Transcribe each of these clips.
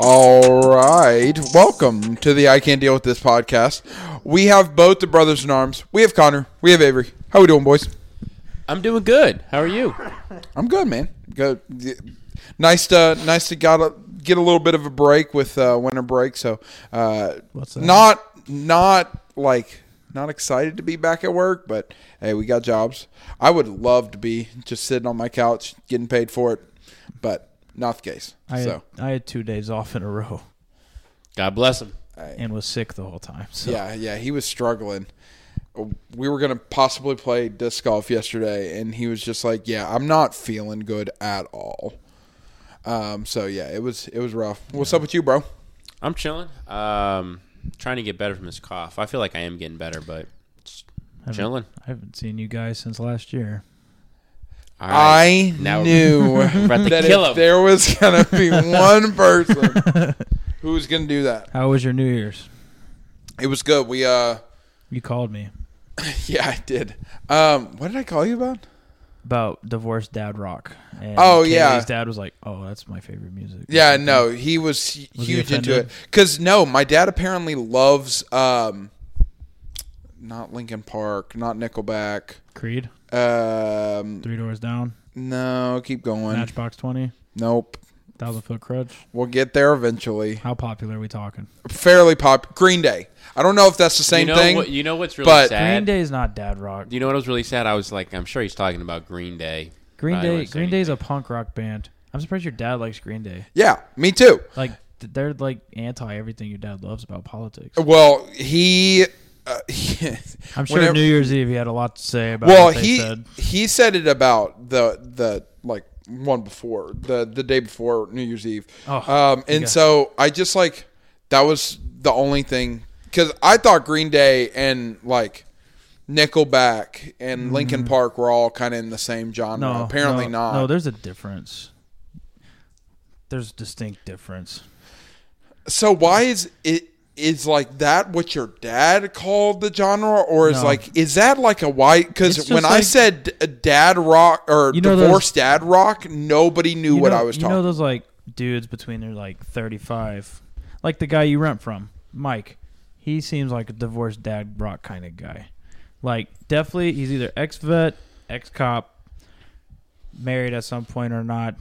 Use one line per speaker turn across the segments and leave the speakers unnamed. All right. Welcome to the I Can't Deal With This podcast. We have both the brothers in arms. We have Connor. We have Avery. How we doing, boys?
I'm doing good. How are you?
I'm good, man. Good. Yeah. Nice to nice to got a, get a little bit of a break with uh, winter break. So, uh,
What's that?
not not like not excited to be back at work, but hey, we got jobs. I would love to be just sitting on my couch getting paid for it, but not the case.
I had,
so
I had two days off in a row
God bless him.
and was sick the whole time. So
Yeah, yeah, he was struggling. We were gonna possibly play disc golf yesterday, and he was just like, "Yeah, I'm not feeling good at all." Um, so yeah, it was it was rough. What's up with you, bro?
I'm chilling. Um, trying to get better from this cough. I feel like I am getting better, but just
I haven't-
chilling.
I haven't seen you guys since last year.
All
I
right. now
knew
about to
that
kill
if
him.
there was gonna be one person who was gonna do that,
How was your New Year's?
it was good. We uh,
You called me
yeah, I did. Um, what did I call you about?
about divorced dad rock. And
Oh, yeah.
Kaylee's dad was like, "Oh, that's my favorite music."
Yeah, no, he was, h-
Was he
huge into it.
offended?
Because no, my dad apparently loves um, not Linkin Park, not Nickelback.
Creed,
Um,
Three Doors Down,
no, keep going.
Matchbox Twenty,
nope,
Thousand Foot Crutch.
we'll get there eventually.
How popular are we talking?
Fairly pop. Green Day. I don't know if that's the same
you know
thing.
What, you know what's really
but-
Green
sad?
Day is not dad rock.
You know what was really sad? I was like, I'm sure he's talking about Green Day.
Green
I don't
Day,
wanna say
Green Day is a punk rock band. I'm surprised your dad likes Green Day.
yeah, me too.
Like th- they're like anti everything your dad loves about politics.
Well, he. Uh,
I'm sure
whenever-
New Year's Eve he had a lot to say about
well
what they
he
said.
he said it about the the like one before the the day before new year's eve
Oh,
um and
okay.
so i just like that was the only thing because i thought green day and like nickelback and linkin park were all kind of in the same genre
Mm-hmm. No,
apparently
no,
not
No, there's a difference. There's a distinct difference.
so why is it is like that what your dad called the genre or is
No.
like is that like a white
It's
because
just
when i
like-
said d- dad rock or
You know those-
divorced dad rock nobody knew
You
what
know,
i was
you
talking
know those like dudes between their like 35, like the guy you rent from, Mike. He seems like a divorced dad rock kind of guy. Like definitely, he's either ex vet, ex cop, married at some point or not.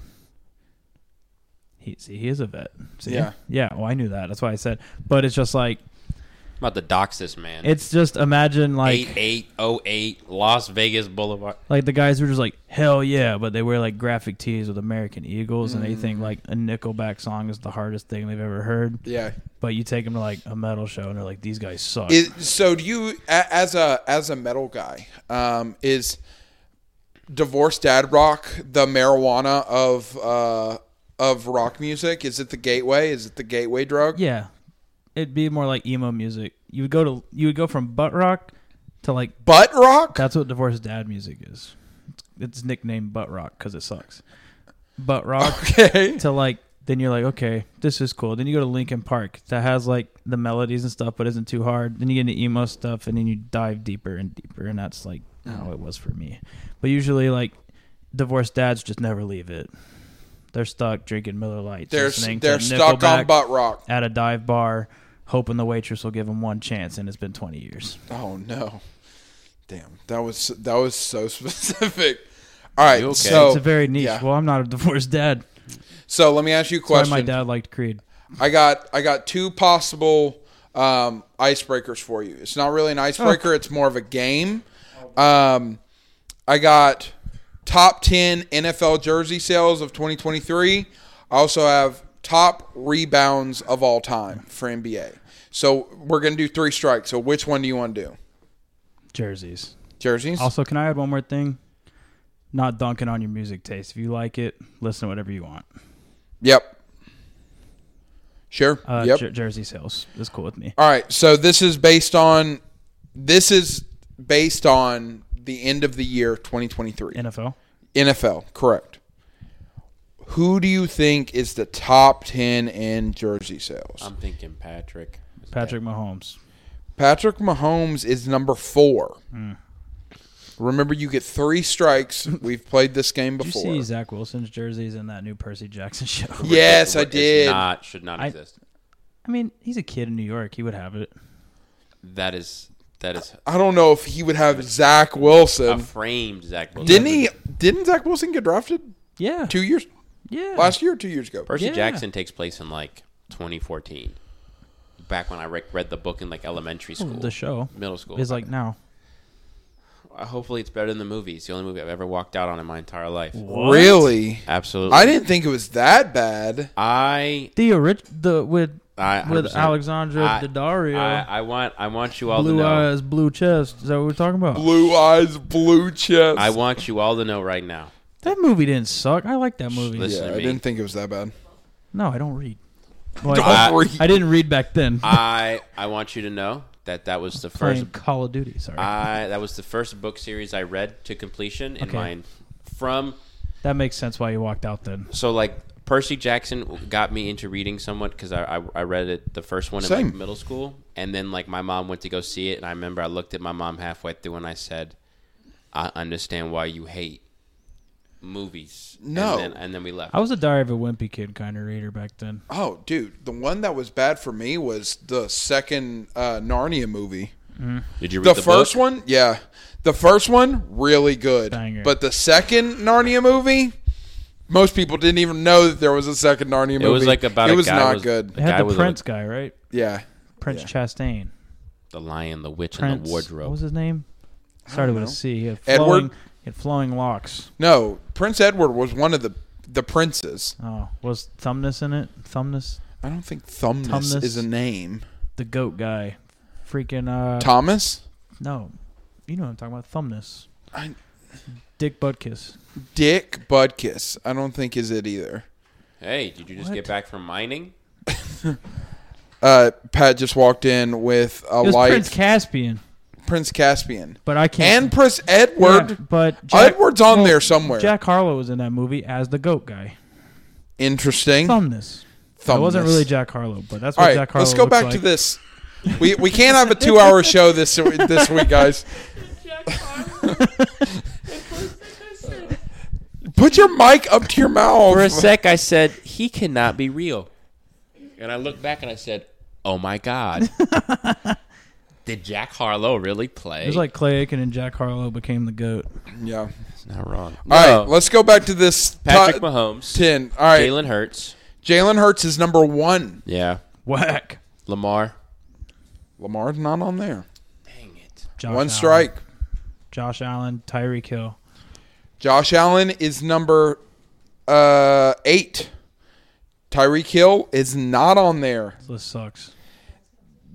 He see, he is a vet. See?
Yeah.
yeah. Well, I knew that. That's why I said. But it's just like
I'm about to dox this man.
it's just imagine like
8808 Las Vegas Boulevard.
Like the guys who are just like, hell yeah, but they wear like graphic tees with American Eagles and they think like a Nickelback song is the hardest thing they've ever heard.
Yeah.
But you take them to like a metal show and they're like, these guys suck.
Is, so do you a- as a as a metal guy um, is divorced dad rock the marijuana of uh, of rock music? Is it the gateway? Is it the gateway drug?
yeah. It'd be more like emo music. You would go to you would go from butt rock to like
Butt rock?
that's what divorced dad music is. It's, it's nicknamed butt rock because it sucks. Butt rock
Okay.
to like then you're like okay this is cool then you go to linkin park that has like the melodies and stuff but isn't too hard then you get into emo stuff and then you dive deeper and deeper and that's like how it was for me but usually like divorced dads just never leave it they're stuck drinking miller lights
They're s-
listening
they're
to
stuck on
Nickelback
butt rock.
at a dive bar hoping the waitress will give them one chance and it's been 20 years
Oh no. Damn. That was that was so specific. All right.
You okay?
So
it's a very niche
yeah.
well i'm not a divorced dad
so let me ask you a
that's
question.
why my dad liked creed
I got I got two possible um, icebreakers for you. It's not really an
Oh.
icebreaker; it's more of a game. Um, I got top ten NFL jersey sales of 2023. I also have top rebounds of all time for NBA. So we're gonna do three strikes. So which one do you want to do?
jerseys
Jerseys.
Also, can I add one more thing? Not dunking on your music taste. If you like it, listen to whatever you want.
Yep. Sure.
Uh,
yep.
jer- jersey sales is cool with me.
All right, so this is based on this is based on the end of the year 2023.
NFL.
NFL, correct. Who do you think is the top 10 in jersey sales?
I'm thinking Patrick.
Patrick Mahomes.
Patrick Mahomes is number 4. Remember, you get three strikes. We've played this game
Did you
before.
see Zach Wilson's jerseys in that new Percy Jackson show?
yes, I
It's
did.
Not should not
I-
exist.
I mean, he's a kid in New York. He would have it.
That is that is
I don't know if he would have Zach
a
Wilson.
framed Zach. Wilson.
Didn't he? Didn't Zach Wilson get drafted
Yeah.
two years
yeah.
last year? or Two years ago.
Percy
Yeah.
Jackson takes place in like 2014. Back when I re- read the book in like elementary school,
Oh, the show
middle school.
is like now.
Uh, hopefully it's better than the movie. It's the only movie I've ever walked out on in my entire life.
Really?
Absolutely.
I didn't think it was that bad.
I
The orig- the with
I
with
100%.
Alexandra
I-
Daddario,
I, I want I want you all to
blue
know.
eyes, blue chest. Is that what we're talking about?
Blue eyes, blue chest.
I want you all to know right now.
That movie didn't suck. I like that movie.
listen.
yeah,
to
I
me.
didn't think it was that bad.
No, I don't read. Well,
Don't
I,
read.
I didn't read back then.
I I want you to know that that was the first
Playing Call of Duty. Sorry,
Ah.
I that was the first book series I read to completion in
Okay.
mine from
that makes sense why you walked out then.
so like Percy Jackson got me into reading somewhat because I, I I read it the first one in like
Same.
middle school and then like my mom went to go see it and I remember I looked at my mom halfway through and I said I understand why you hate movies
No.
and then, and then we left
I was a Diary of a Wimpy Kid kind of reader back then.
Oh, dude, the one that was bad for me was the second uh, Narnia movie.
did you read
The,
the,
first
book?
one, yeah, the first one really good,
Banger.
but the second Narnia movie, most people didn't even know that there was a second Narnia movie.
it was like about
it
a
was
guy
not
was-
good.
It had
guy
the
was a-
Prince guy, right?
Yeah,
Prince Chastain.
the lion the witch
Prince.
and the
What was
wardrobe
his name? Started with a C. He had
Edward?
flowing, He had flowing locks.
no, Prince Edward was one of the the princes.
Oh, was Thumbness in it? Thumbness,
I don't think Thumbness,
Thumbness.
is a name.
the goat guy. Freaking uh,
Thomas,
no, you know what I'm talking about. Thumbness.
I-
Dick Butkus.
Dick Budkiss. I don't think is it either.
hey did you just
What?
get back from mining
Uh, Pat just walked in with a
It was
light.
Prince
Prince,
Caspian,
Caspian
but I can't.
and Prince
Yeah,
Edward.
but Jack,
Edward's on
well,
there somewhere.
Jack Harlow was in that movie as the goat guy.
Interesting.
Thumbness. That wasn't
Thumbness.
really Jack Harlow, but that's
All
what
right,
Jack Harlow.
let's go
looked
back
like.
to this. We we can't have a two-hour show this this week, guys. Put your mic up to your mouth.
For a sec, I said, he cannot be real. And I looked back and I said, oh my God. Did Jack Harlow really play?
It was like Clay Aiken and Jack Harlow became the goat.
Yeah. All
It's not wrong.
right, let's go back to this
Oh. Patrick
top
Mahomes,
ten. All right,
Jalen Hurts.
Jalen Hurts is number one.
Yeah.
Whack.
Lamar.
Lamar's not on there.
Dang it.
Josh
one
Allen.
strike.
Josh Allen, Tyreek Hill.
Josh Allen is number uh, eight. Tyreek Hill is not on there.
This sucks.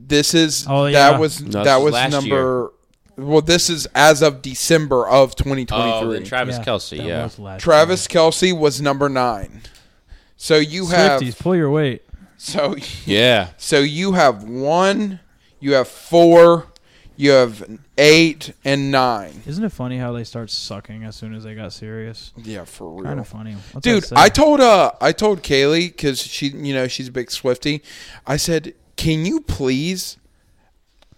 This is
Oh, yeah.
that was
No,
that
this
was
was last
number. Well, this is as of December of 2023.
Oh, then Travis Kelsey.
that
Yeah.
was last
Travis Kelsey was number nine. So you
year.
have
Swifties, pull your weight.
so
Yeah.
so you have one, you have four, you have eight and nine.
Isn't it funny how they start sucking as soon as they got serious?
Yeah, for real.
Kind of funny. What's that
Dude,
say?
I told uh I told Kaylee because she you know she's a big Swifty. I said, can you please,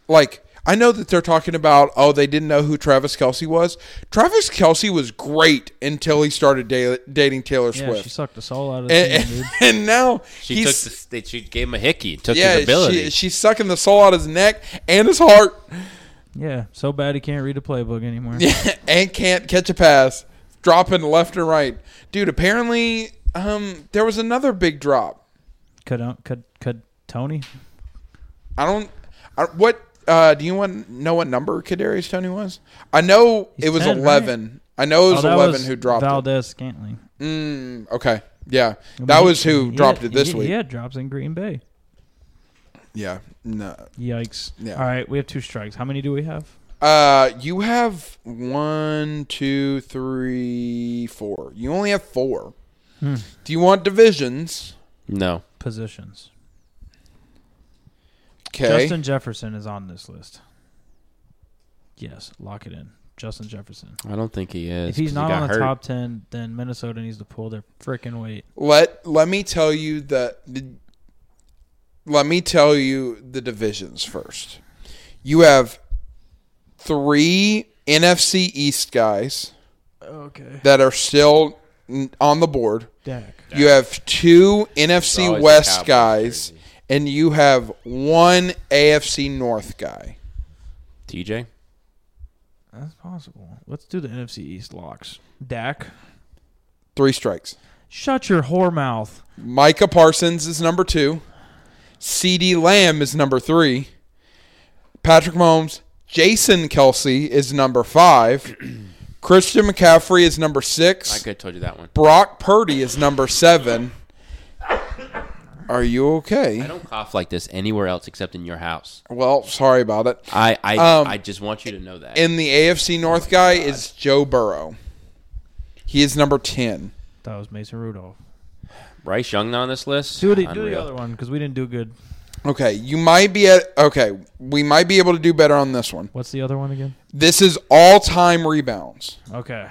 like I know that they're talking about oh they didn't know who Travis Kelsey was. Travis Kelsey was great until he started da- dating Taylor
yeah,
Swift, Eh,
she sucked us all out of the
and,
team, dude.
and, and now
She
he's
took the, they- she gave him a hickey, took
yeah
his ability.
she, she's sucking the soul out of his neck and his heart
Yeah, so bad he can't read a playbook anymore.
and can't catch a pass, dropping left and right. Dude, apparently um there was another big drop.
Could could could Tony?
I don't. I, what uh, do you want know? What number Kadarius Tony was? I know
He's
it was
10,
eleven. I know it was
Oh, that
eleven who dropped
Valdez Scantling.
it. Mm, okay, yeah, that was who dropped it this week.
Yeah, drops in Green Bay.
Yeah, no.
Yikes.
Yeah.
All right, we have two strikes. How many do we have?
Uh, you have one, two, three, four. You only have four.
Hmm.
Do you want divisions?
no.
Positions.
Okay.
Justin Jefferson is on this list. Yes, lock it in. Justin Jefferson.
I don't think he is.
If he's
'cause
not
he got
on the
hurt.
top ten, then Minnesota needs to pull their freaking weight.
Let Let me tell you the. Let me tell you the divisions first. You have three NFC East guys
Okay.
that are still n- on the board.
Dak.
You have two
It's
NFC
always the
West
Cowboys
guys,
jersey.
and you have one AFC North guy.
TJ.
That's possible. Let's do the NFC East locks. Dak.
Three strikes.
Shut your whore mouth.
Micah Parsons is number two. CD Lamb is number three. Patrick Mahomes, Jason Kelsey is number five. Christian McCaffrey is number
I
six.
could have told you that one.
Brock Purdy is number seven. Are you okay?
I don't cough like this anywhere else except in your house.
Well, sorry about it.
I I,
Um,
I just want you to know that.
And the AFC North guy is Joe Burrow. He is number 10.
That was Mason Rudolph.
Bryce Young not on this list.
Do the, do the
Unreal.
other one because we didn't do good.
Okay, you might be at. Okay, we might be able to do better on this one.
What's the other one again?
This is all time rebounds.
Okay.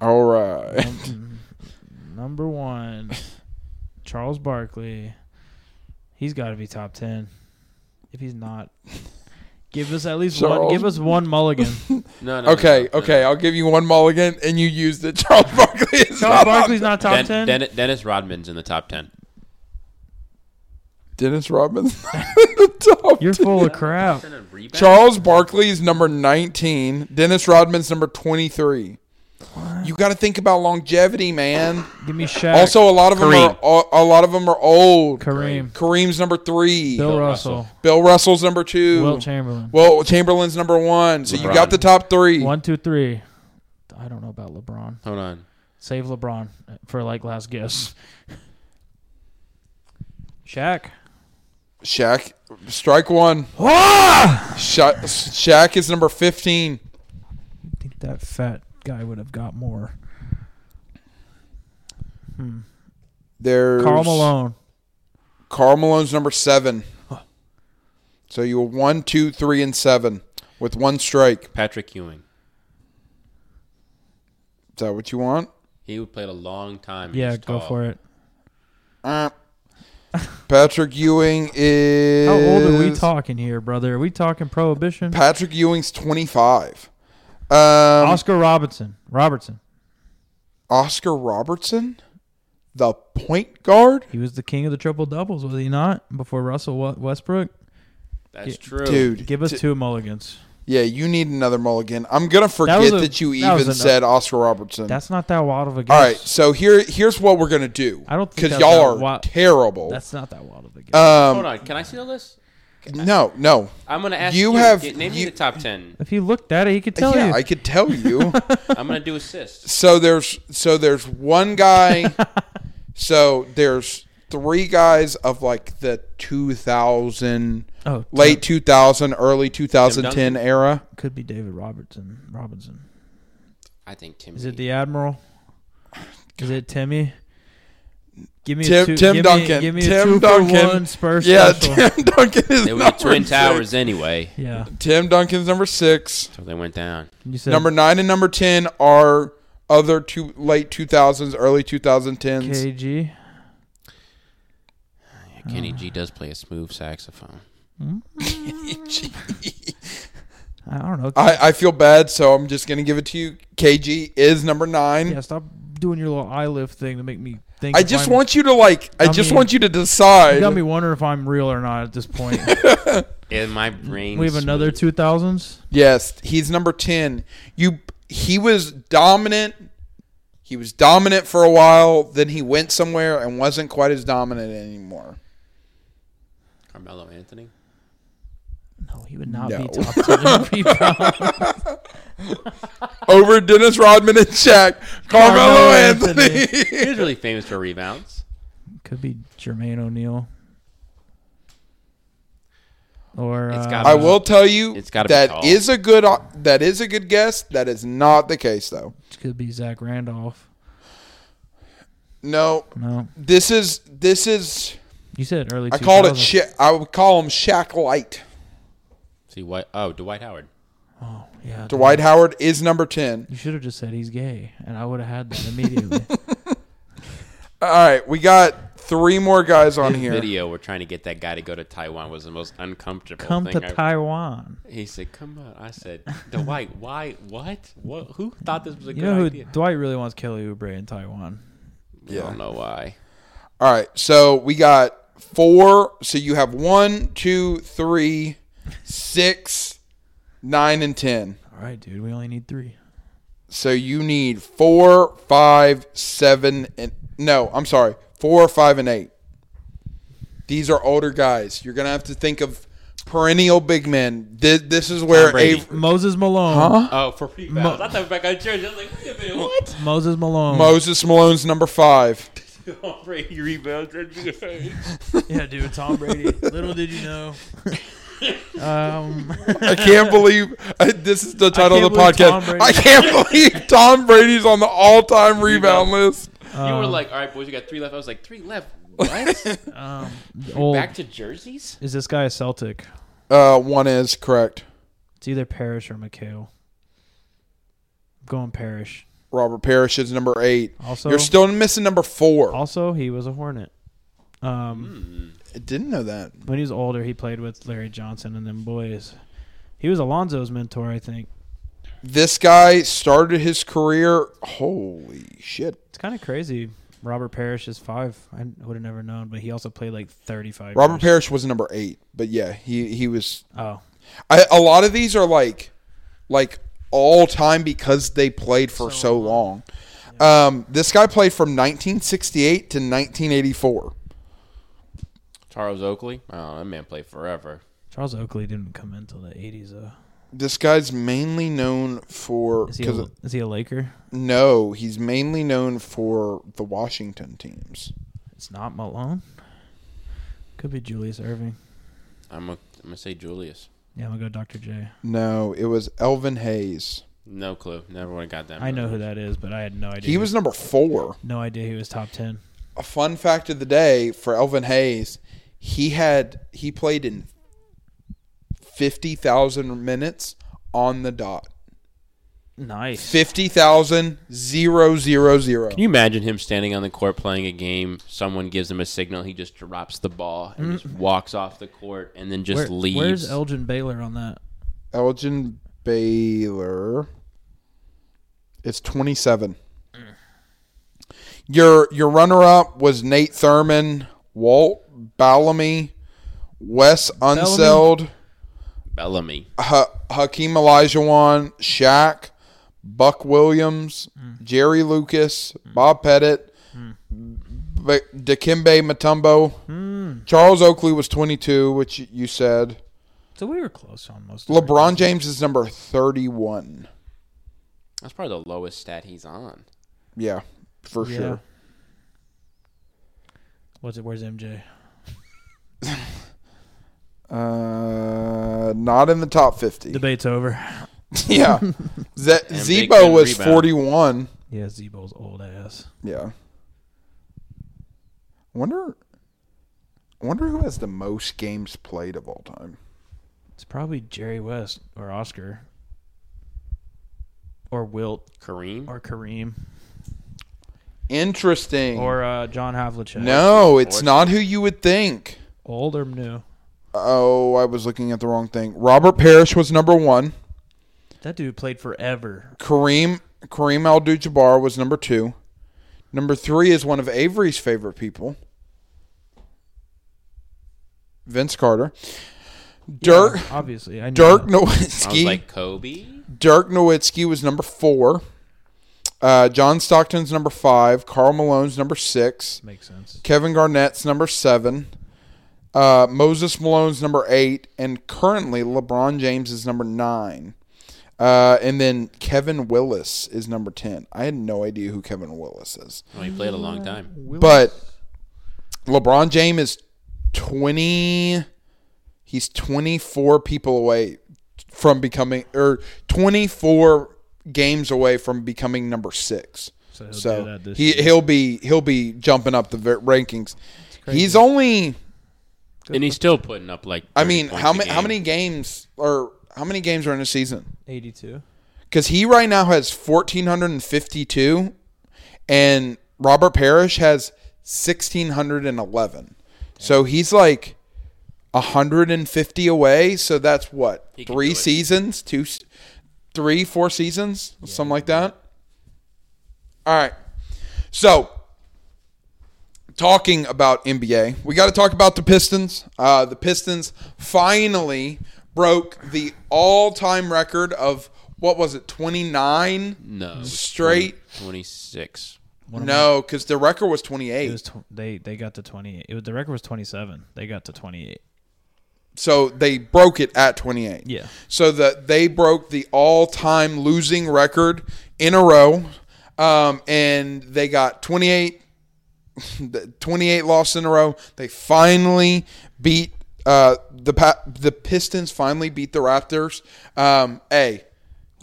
All right.
Num- Mm-hmm. Number one, Charles Barkley. He's got to be top ten. If he's not, give us at least one.
Charles-
Give us one mulligan.
No, no, no,
Okay,
no, no,
okay,
no.
I'll give you one mulligan, and you used it. Charles Barkley is
Charles
not on-
Barkley's not top
Den-
ten.
Den- Dennis Rodman's in the top ten.
Dennis Robbins. the top
You're
10.
full of crap.
Charles Barkley is number 19. Dennis Rodman's number 23. You got to think about longevity, man.
Give me Shaq.
Also, a lot of them
Kareem.
are a, a lot of them are old.
Kareem,
Kareem's number three.
Bill
Bill,
Bill
Russell,
Russell.
Russell's number two.
Will Chamberlain.
well, Chamberlain's number one. So you
LeBron.
got the top three.
One, two, three. I don't know about LeBron.
Hold on.
Save LeBron uh, for like last guess. Shaq.
Shaq, strike one. Sha- Shaq is number 15.
I think that fat guy would have got more.
There's
Carl Malone.
Karl Malone's number seven. So you were one, two, three, and seven with one strike.
Patrick Ewing.
Is that what you want?
He would played a long time.
Yeah, go for it.
Uh. Patrick Ewing is.
How old are we talking here, brother? Are we talking prohibition?
Patrick Ewing's 25. Um,
Oscar Robertson. Robertson.
Oscar Robertson, the point guard?
He was the king of the triple doubles, was he not? Before Russell Wa- Westbrook.
That's
Yeah.
true.
Dude.
Give us
d-
two mulligans.
Yeah, you need another mulligan. I'm going to forget
was
that,
a-
you
that was
even
enough.
said Oscar Robertson.
That's not that wild of a guess.
All right, so here here's what we're going to do.
I don't think
Because
that's
y'all are
that wa-
terrible.
That's not that wild of a guess.
Hold
um,
on. Can I see the list?
no, no.
I'm gonna ask
You
you.
have-
get- name
you-
me the top ten.
if he looked at it, he could tell
yeah,
you. Oh,
I could tell you.
I'm gonna do assists.
so there's so there's one guy so there's three guys of like the 2000
oh,
late 2000 early
Tim
2010 era
could be David Robertson. Robinson.
I think Tim.
Is it the Admiral? Is it Timmy? Give me
Tim-
a two,
Tim
give Me,
Duncan.
give me
Tim
a two
Duncan.
for one Spurs
yeah
special.
tim duncan is
They were the
number
Twin
six.
Towers anyway.
yeah.
tim duncan's number six
So they went down.
You said
number nine and number 10 are other two late 2000s early 2010s
KG.
Yeah, Kenny G does play a smooth saxophone.
I don't know.
I, I feel bad so i'm just gonna give it to you kg is number nine
yeah, stop doing your little eye lift thing to make me think.
i
if
just
I'm-
want you to like i,
I
just
mean,
want you to decide
You got me wondering if I'm real or not at this point.
In my brain.
we have another two thousands.
Yes, he's number 10. You he was dominant. He was dominant for a while, then he went somewhere and wasn't quite as dominant anymore.
Carmelo Anthony.
No, he would not
No.
be top ten. rebound.
Over Dennis Rodman and Shaq, Carmelo,
Carmelo
Anthony.
He was really famous for rebounds.
Could be Jermaine O'Neal. Or
It's
uh,
gotta
I will tell you
It's gotta be
that
tall.
is a good o- that is a good guess. That is not the case though.
could be Zach Randolph.
No,
No,
this is this is
you said early.
I called it
2000s.
Sha- I would call him Shaq Light.
See what? Oh, Dwight Howard.
Oh yeah,
Dwight Howard is number 10.
You should have just said he's gay, and I would have had that immediately.
All right, we got three more guys on here.
video we're trying to get that guy to go to Taiwan was the most uncomfortable
Come
thing.
to
I've-
Taiwan.
he said, "Come on." I said, "Dwight, why? What? What? Who thought this was a
You
good
know who
idea?"
Dwight really wants Kelly Oubre in Taiwan.
I don't know why.
All right, so we got four. So you have one, two, three, six, nine, and ten.
All right, dude. We only need three.
So you need four, five, seven, and no, I'm sorry, four, five, and eight. These are older guys. You're gonna have to think of perennial big men. This, this is where
Brady.
Avery,
Moses Malone.
Oh, for free vows. I thought back on church. I was like, "Wait a minute, what?"
Moses Malone.
Moses Malone's number five.
Tom Brady rebounds.
yeah, dude. Tom Brady. Little did you know. um,
I can't believe uh, this is the title of the
can't believe Tom
podcast.
Brady-
I can't believe Tom Brady's on the all-time rebound list.
you
uh,
were like, "All right, boys, you got three left." I was like, three left? What?
um, old.
Back to jerseys?
Is this guy a Celtic?
Uh, one is correct.
It's either Parrish or McHale. I'm going Parrish.
Robert Parrish is number eight.
Also,
You're still missing number four.
also he was a Hornet. Um,
I didn't know that.
When he was older, he played with Larry Johnson and them boys. He was Alonzo's mentor, I think.
This guy started his career. Holy shit!
It's kind of crazy. Robert Parrish is five. I would have never known, but he also played like 35.
Robert
years.
Parrish was number eight, but yeah, he he was.
Oh,
I, a lot of these are like, like all time because they played for so, long. Um, this guy played from 1968 to 1984.
Charles Oakley? Oh, that man played forever.
Charles Oakley didn't come in until the 80s, though.
This guy's mainly known for
Is he, a,
because
is he a Laker?
no, he's mainly known for the Washington teams.
It's not Malone. Could be Julius Irving.
I'm gonna I'm gonna say Julius.
Yeah, I'm going to go Dr. J.
No, it was Elvin Hayes.
No clue. Never would have got that.
I know
number.
who that is, but I had no idea.
He was number four.
no idea he was top 10.
A fun fact of the day for Elvin Hayes, he had he played in fifty thousand minutes on the dot.
Nice.
Fifty thousand zero zero zero.
Can you imagine him standing on the court playing a game? Someone gives him a signal. He just drops the ball and just walks off the court and then just
Mm. Where-
leaves.
Where's Elgin Baylor on that?
Elgin Baylor. It's twenty seven. Your your runner up was Nate Thurman, Walt Ballamy, Wes Unseld,
Bellamy.
ha- Hakeem Olajuwon, Shaq, Buck Williams, Jerry Lucas, Bob Pettit, B- Dikembe Mutombo, Charles Oakley was twenty two, which you said.
So we were close on most. of them.
LeBron James is number 31.
That's probably the lowest stat he's on.
Yeah, for
Yeah.
sure.
What's it? Where's MJ?
Uh, not in the top 50.
Debate's over.
yeah. Z-
big
Zebo
and
was
rebound.
41.
Yeah, Zebo's old ass.
Yeah. Wonder wonder who has the most games played of all time.
It's probably Jerry West or Oscar or Wilt
Kareem.
or Kareem
Interesting.
or uh, John Havlicek.
no, it's not who you would think.
old or new?
Oh, I was looking at the wrong thing. Robert Parrish was number 1.
That dude played forever.
Kareem Kareem Abdul-Jabbar was number two. Number three is one of Avery's favorite people, Vince Carter. Dirk
Obviously, I knew
Dirk
that.
I
Nowitzki.
was like Kobe.
Dirk Nowitzki was number four. Uh, John Stockton's number five. Carl Malone's number six.
makes sense.
Kevin Garnett's number seven. Uh, Moses Malone's number eight, and currently LeBron James is number nine. Uh, and then Kevin Willis is number ten. I had no idea who Kevin Willis is,
Well, he played a long time.
but LeBron James is twenty. He's twenty four people away from becoming, or twenty four games away from becoming number six.
So he'll do
So
that this
he
year.
he'll be he'll be jumping up the ver- rankings.
crazy.
He's only
And he's still putting up like.
I
30
mean
points
how
a
many how
game.
many games or how many games are in a season?
eighty-two.
Because he right now has fourteen hundred and fifty two, and Robert Parrish has 1611. So he's like 150 away. So that's what
He can do
three
it.
seasons, two, s- three, four seasons, something like that. All right. So talking about NBA, we got to talk about the Pistons. Uh, the Pistons finally broke the all-time record of what was it, 29?
No, it was
straight.
20 26.
No, because the record was
It
28.
was tw- they they got to twenty eight. It was the record was twenty seven. They got to twenty eight.
so they broke it at 28.
Yeah.
So that they broke the all-time losing record in a row, um, and they got 28, the 28 losses in a row. They finally beat uh, the pa- the Pistons. Finally beat the Raptors. Um, hey,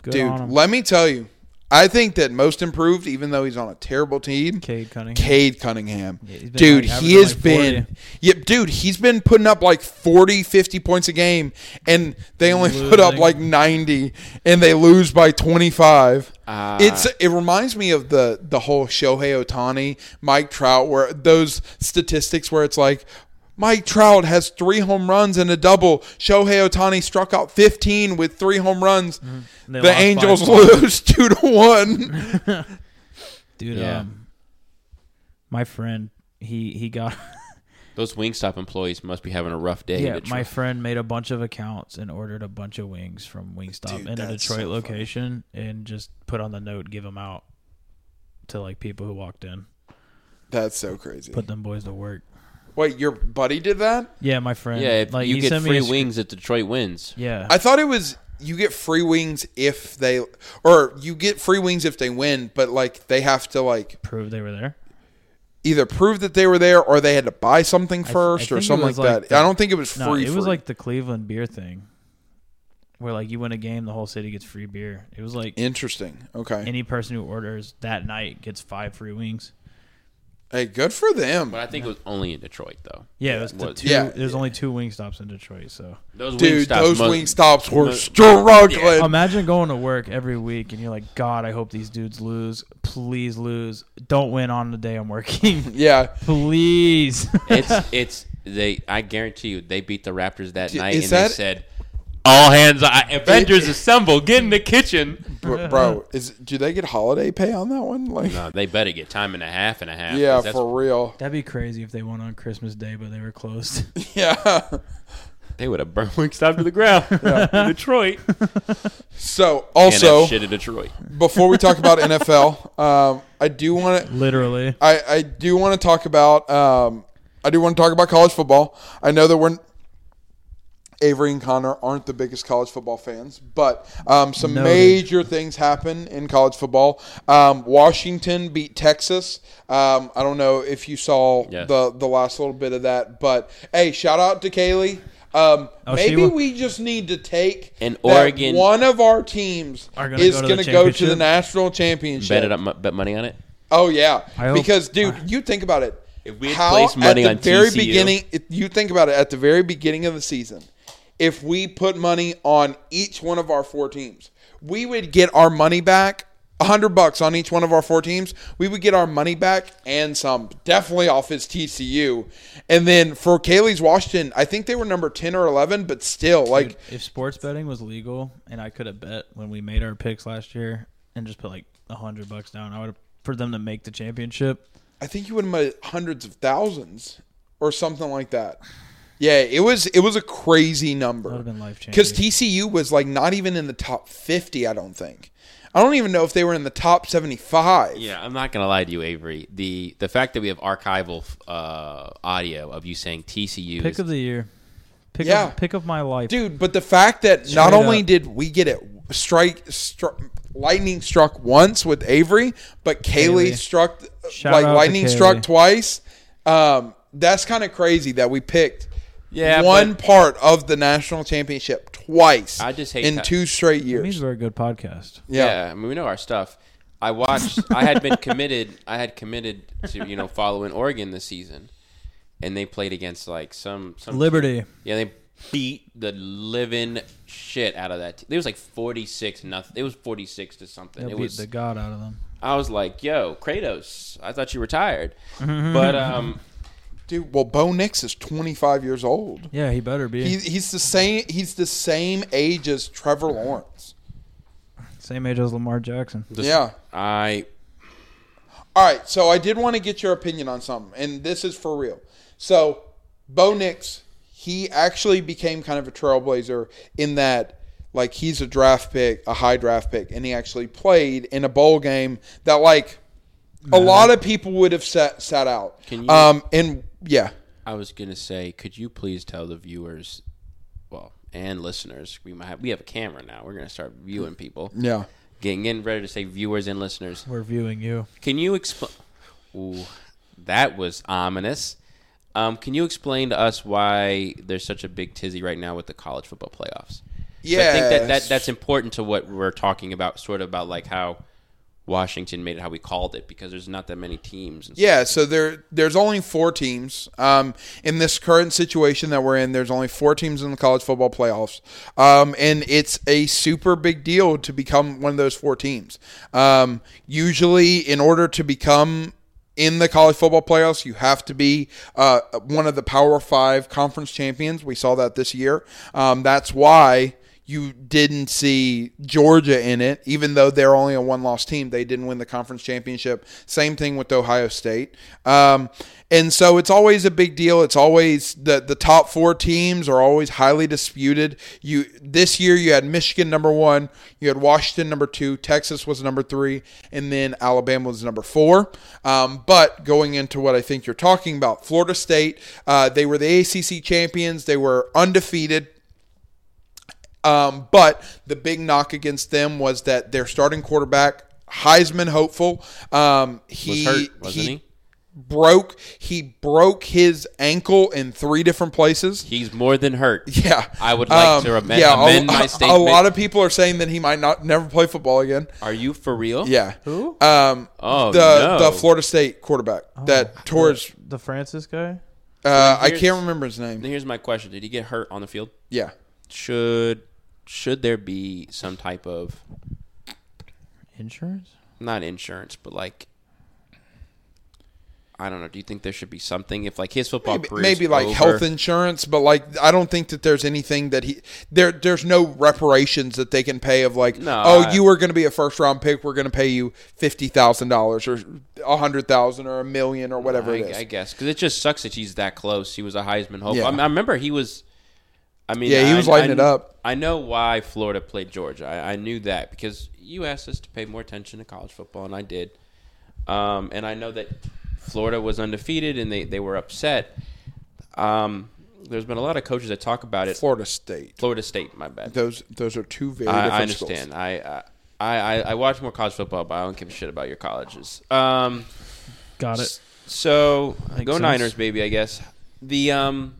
Good
dude,
on 'em.
let me tell you, I think that most improved, even though he's on a terrible team,
Cade Cunningham.
Cade Cunningham.
he's been,
dude,
like,
he
averaging,
has
like, 40.
been Yep, dude, he's been putting up like 40, 50 points a game and they only put up
Losing.
like 90 and they lose by 25.
Ah.
it's it reminds me of the the whole Shohei Otani, Mike Trout where those statistics where it's like Mike Trout has three home runs and a double. Shohei Otani struck out 15 with three home runs.
Mm-hmm. They
The
lost by
Angels
five.
lose 2 to 1.
Dude,
Yeah.
um, my friend, he he got
Those Wingstop employees must be having a rough day.
yeah.
to try-
My friend made a bunch of accounts and ordered a bunch of wings from Wingstop
Dude,
in a
that's
Detroit
so funny.
location and just put on the note, give them out to like people who walked in,
That's so crazy.
put them boys to work.
Wait, your buddy did that?
Yeah, my friend.
yeah, if
like
you
he
get
sent me
free
a sc-
wings if Detroit wins.
Yeah,
I thought it was you get free wings if they or you get free wings if they win, but like they have to like
prove they were there.
either prove that they were there or they had to buy something
I
first or
think it
something like
was
that.
like the-
I don't think it was free.
No, it was
free.
like the Cleveland beer thing, where like you win a game, the whole city gets free beer. It was like
interesting. Okay.
any person who orders that night gets five free wings.
hey, good for them.
But I think it was only in Detroit, though.
Yeah, it was the
Well,
two.
yeah.
there's only two wing stops in Detroit, so
Those
Dude,
Wingstops
those
must-
wing stops were
mo-
struggling.
imagine going to work every week and you're like, God, I hope these dudes lose. Please lose. Don't win on the day I'm working.
yeah.
Please.
it's it's they. I guarantee you, they beat the Raptors that
D-
night,
is
and
that-
they said, "All hands, I, Avengers assemble! Get in the kitchen."
Bro, bro, is do they get holiday pay on that one? Like
No, they better get time and a half and a half. 'cause
Yeah,
that's-
for real.
That'd be crazy if they won on Christmas Day, but they were closed.
Yeah.
they would have burned Wingstop to the ground. in Detroit,
So
and that
also
shit in Detroit.
before we talk about NFL, um, I do want to
Literally.
I, I do want to talk about um, I do want to talk about college football. I know that we're Avery and Connor aren't the biggest college football fans, but um, some
Noted.
major things happen in college football. Um, Washington beat Texas. Um, I don't know if you saw
Yes.
the the last little bit of that, but hey, shout out to Kaylee. Um,
Oh, she
maybe
wa-
we just need to take
And
that
Oregon-
One of our teams
Are gonna
is
go to the
going to go to the
championship?
national championship.
Bet it up, bet money on it.
Oh yeah,
I hope-
because dude, you think about it.
If we had
How
placed money
at the
on
very
TCU.
beginning, if you think about it at the very beginning of the season, if we put money on each one of our four teams, we would get our money back. A hundred bucks on each one of our four teams, we would get our money back and some, definitely off his TCU. And then for Kaylee's Washington, I think they were number ten or eleven, but still, like,
if sports betting was legal and I could have bet when we made our picks last year and just put like a hundred bucks down, I would have for them to make the championship.
I think you would have made hundreds of thousands or something like that. Yeah, it was it was a crazy number.
That would have been life changing.
Because TCU was like not even in the top 50, I don't think. I don't even know if they were in the top 75.
Yeah, I'm not gonna lie to you, Avery. The the fact that we have archival uh, audio of you saying TCU
pick
is
of the year. Pick
Yeah.
of pick of my life.
Dude, but the fact that not
Straight
only
up.
did we get it strike, struck, lightning struck once with Avery, but Kaylee,
Kaylee.
struck,
Shout
like
out to
lightning
Kaylee.
struck twice. Um, that's kind of crazy that we picked
Yeah,
one
but-
part of the national championship twice
I just hate
in
that-
two straight
It means
years.
we're a good podcast.
Yeah.
Yeah. I mean we know our stuff. I watched. I had been committed. I had committed to you know following Oregon this season, and they played against like some some
Liberty.
Yeah, they beat the living shit out of that. Team. It was like forty six nothing. It was forty six to something.
They'll
it
beat
was
the god out of them.
I was like, "Yo, Kratos, I thought you retired." but um,
Dude, well, Bo Nix is 25 years old.
Yeah, he better be.
He, he's the same. He's the same age as Trevor Lawrence.
Same age as Lamar Jackson.
this-
Yeah.
I
All right, so I did want to get your opinion on something, and this is for real. So, Bo Nix, he actually became kind of a trailblazer in that, like, he's a draft pick, a high draft pick, and he actually played in a bowl game that, like, a lot of people would have sat sat out.
Can you-
Um, and yeah,
I was gonna say, could you please tell the viewers, well, and listeners, we might have, we have a camera now. We're gonna start viewing people,
yeah.
getting getting ready to say viewers and listeners.
We're viewing you.
Can you explain? Ooh, that was ominous. Um, can you explain to us why there's such a big tizzy right now with the college football playoffs? So I think that, that
Yes.
that's important to what we're talking about, sort of about like how Washington made it how we called it, because there's not that many teams. And
Yeah, so there there's only four teams. Um, in this current situation that we're in, there's only four teams in the college football playoffs, um, and it's a super big deal to become one of those four teams. Um, usually, in order to become in the college football playoffs, you have to be uh, one of the Power Five conference champions. We saw that this year. Um, that's why you didn't see Georgia in it, even though they're only a one loss team. They didn't win the conference championship. Same thing with Ohio State. Um, and so it's always a big deal. It's always the, the top four teams are always highly disputed. You this year you had Michigan number one, you had Washington number two, Texas was number three, and then Alabama was number four. Um, but going into what I think you're talking about, Florida State, uh, they were the ACC champions. They were undefeated. Um, but the big knock against them was that their starting quarterback, Heisman hopeful, um, he
Was hurt, wasn't he?
broke he broke his ankle in three different places.
He's more than hurt.
Yeah, Um,
I would like to amend- amend my statement.
A lot of people are saying that he might not never play football again.
Are you for real?
Yeah, who? Um,
Oh,
the
no.
the Florida State quarterback that tore his.
The Francis guy?
Uh, I
here's-
can't remember his name.
Here's my question: Did he get hurt on the field?
Yeah,
Should should there be some type of
Insurance?
not insurance, but like I don't know. Do you think there should be something if like his football
maybe,
career
maybe like health insurance, but like I don't think that there's anything that he there. There's no reparations that they can pay of like,
No,
oh,
I-
you were going to be a first round pick. We're going to pay you fifty thousand dollars or a hundred thousand or a million or whatever it
I,
is.
I guess because it just sucks that he's that close. He was a Heisman hope.
Yeah.
I, mean, I remember he was. I mean,
Yeah, he
I-
was lighting
I-
it up.
I know why Florida played Georgia. I, I knew that because you asked us to pay more attention to college football, and I did. Um, and I know that Florida was undefeated, and they they were upset. Um, there's been a lot of coaches that talk about it.
Florida State.
Florida State, my bad.
Those those are two very
I, I
different
understand.
schools.
I, I I I watch more college football, but I don't give a shit about your colleges. Um,
Got it.
so
Makes
go
sense.
Niners, baby. I guess the um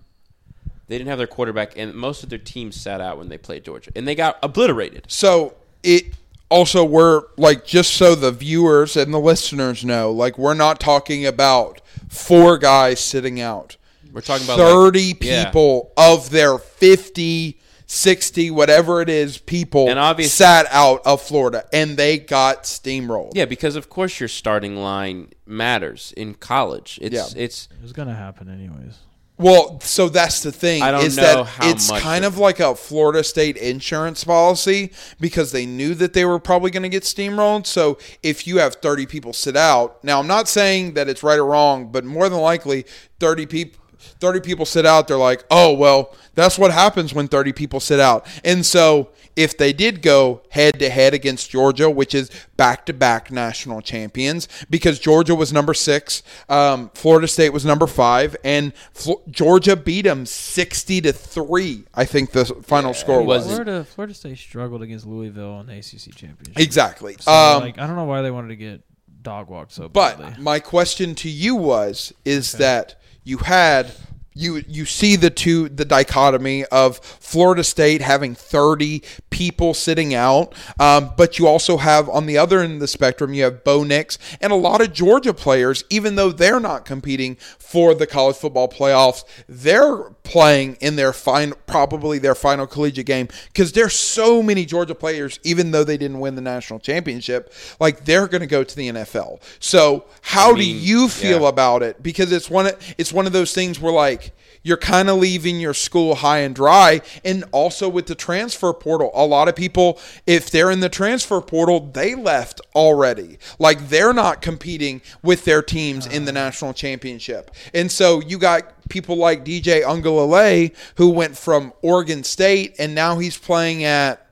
they didn't have their quarterback, and most of their team sat out when they played Georgia, and they got obliterated.
So it also we're like just so the viewers and the listeners know, like we're not talking about four guys sitting out.
We're talking about, like-
30
yeah.
people of their 50 60 whatever it is people
And obviously-
sat out of Florida and they got steamrolled.
Yeah, because of course your starting line matters in college. It's
Yeah.
it's
It was going to happen anyways.
Well, so that's the thing.
I don't
is
know
that
how
it's
much
kind
of-
of like a Florida State insurance policy because they knew that they were probably going to get steamrolled. So if you have 30 people sit out, now I'm not saying that it's right or wrong, but more than likely 30 people 30 people sit out, they're like, "Oh, well, that's what happens when 30 people sit out." And so if they did go head to head against Georgia, which is back to back national champions, because Georgia was number six, um, Florida State was number five, and Flo- Georgia beat them 60 to three, I think the final score was.
was-
Florida, Florida State struggled against Louisville in the ACC championship.
Exactly.
So,
um,
like, I don't know why they wanted to get dog walked so badly.
But my question to you was is that you had you you see the two the dichotomy of Florida State having 30 people sitting out, um, but you also have on the other end of the spectrum you have Bo Nix and a lot of Georgia players, even though they're not competing for the college football playoffs, they're playing in their final probably their final collegiate game because there's so many Georgia players, even though they didn't win the national championship, like they're going to go to the NFL. So how do
mean,
you feel
yeah.
about it? Because it's one of- it's one of those things where like you're kind of leaving your school high and dry, and also with the transfer portal, a lot of people if they're in the transfer portal, they left already. Like they're not competing with their teams in the national championship, and so you got people like DJ Ungalale who went from Oregon State and now he's playing at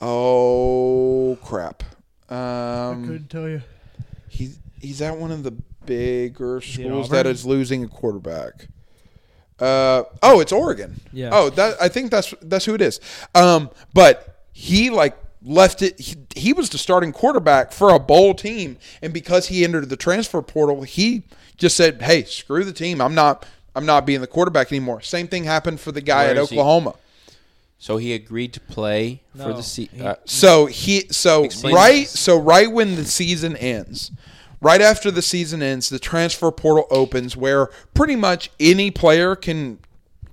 oh crap.
Mm.
Um,
tell you.
He's he's at one of the bigger
it
schools
Auburn?
that is losing a quarterback. Uh, oh, it's Oregon.
Yeah.
Oh, that I think that's that's who it is. Um, but he like left it. He, he was the starting quarterback for a bowl team, and because he entered the transfer portal, he just said, "Hey, screw the team. I'm not. I'm not being the quarterback anymore." Same thing happened for the guy
Where
at
is he?
Oklahoma.
So he agreed to play for
No,
the seat.
he-
Uh,
So he so
Explain
right
this.
so right when the season ends, right after the season ends, the transfer portal opens where pretty much any player can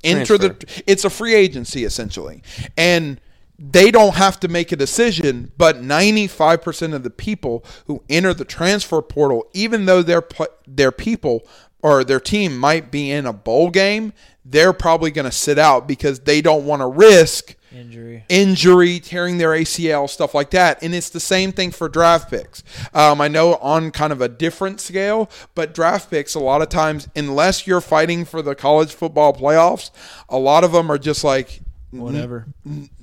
enter the
Transfer.
it's a free agency essentially. And they don't have to make a decision, but 95% of the people who enter the transfer portal, even though their pl- their people or their team might be in a bowl game, they're probably going to sit out because they don't want to risk
Injury.
injury, tearing their ACL, stuff like that. And it's the same thing for draft picks. Um, I know on kind of a different scale, but draft picks, a lot of times, unless you're fighting for the college football playoffs, a lot of them are just like,
Whatever.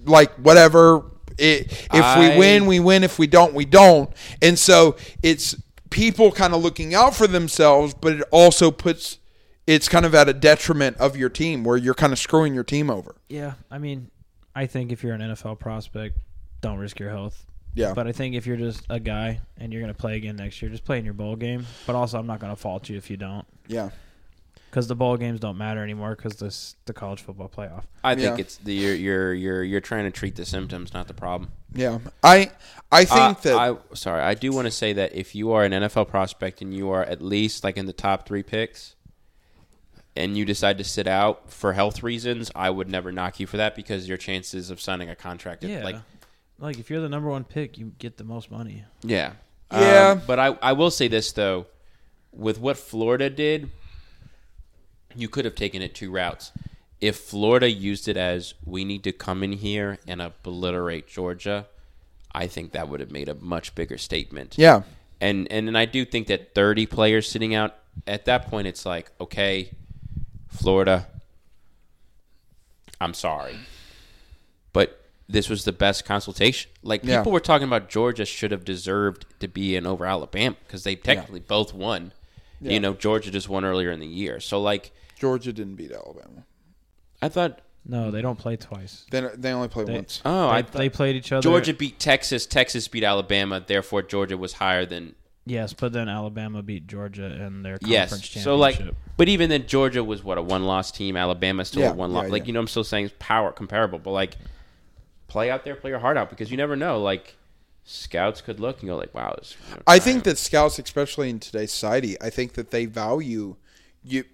like whatever. It, if we
I-
win, we win. If we don't, we don't. And so it's people kind of looking out for themselves, but it also puts it's kind of at a detriment of your team where you're kind of screwing your team over.
Yeah, I mean, I think if you're an NFL prospect, don't risk your health.
Yeah.
But I think if you're just a guy and you're going to play again next year, just play in your bowl game. But also, I'm not going to fault you if you don't,
Yeah.
because the bowl games don't matter anymore because this the college football playoff.
I think
Yeah.
it's the you're, you're you're you're trying to treat the symptoms, not the problem.
Yeah, I I think
Uh,
that
I sorry, I do want to say that if you are an NFL prospect and you are at least like in the top three picks, and you decide to sit out for health reasons, I would never knock you for that because your chances of signing a contract,
Yeah.
like
Like, if you're the number one pick, you get the most money.
yeah,
Yeah.
Um, but I I will say this though, with what Florida did, you could have taken it two routes. If Florida used it as we need to come in here and obliterate Georgia, I think that would have made a much bigger statement.
yeah,
and and and I do think that 30 players sitting out at that point it's like okay Florida I'm sorry but this was the best consultation like people
Yeah.
were talking about Georgia should have deserved to be in over Alabama because they technically both won you know Georgia just won earlier in the year so like
Georgia didn't beat Alabama.
I thought
No, they don't play twice.
Then they only play once.
oh
they,
I
they
thought
played each other.
Georgia beat Texas Texas beat Alabama therefore Georgia was higher than
Yes, but then Alabama beat Georgia in their conference
Yes.
championship.
So like, but even then, Georgia was what a one-loss team. Alabama still
Yeah,
a one-loss.
yeah,
like
yeah.
you know, I'm still saying it's power comparable, but like, play out there, play your heart out because you never know. Like, scouts could look and go like, wow. This, you know,
I think that scouts, especially in today's society, I think that they value you.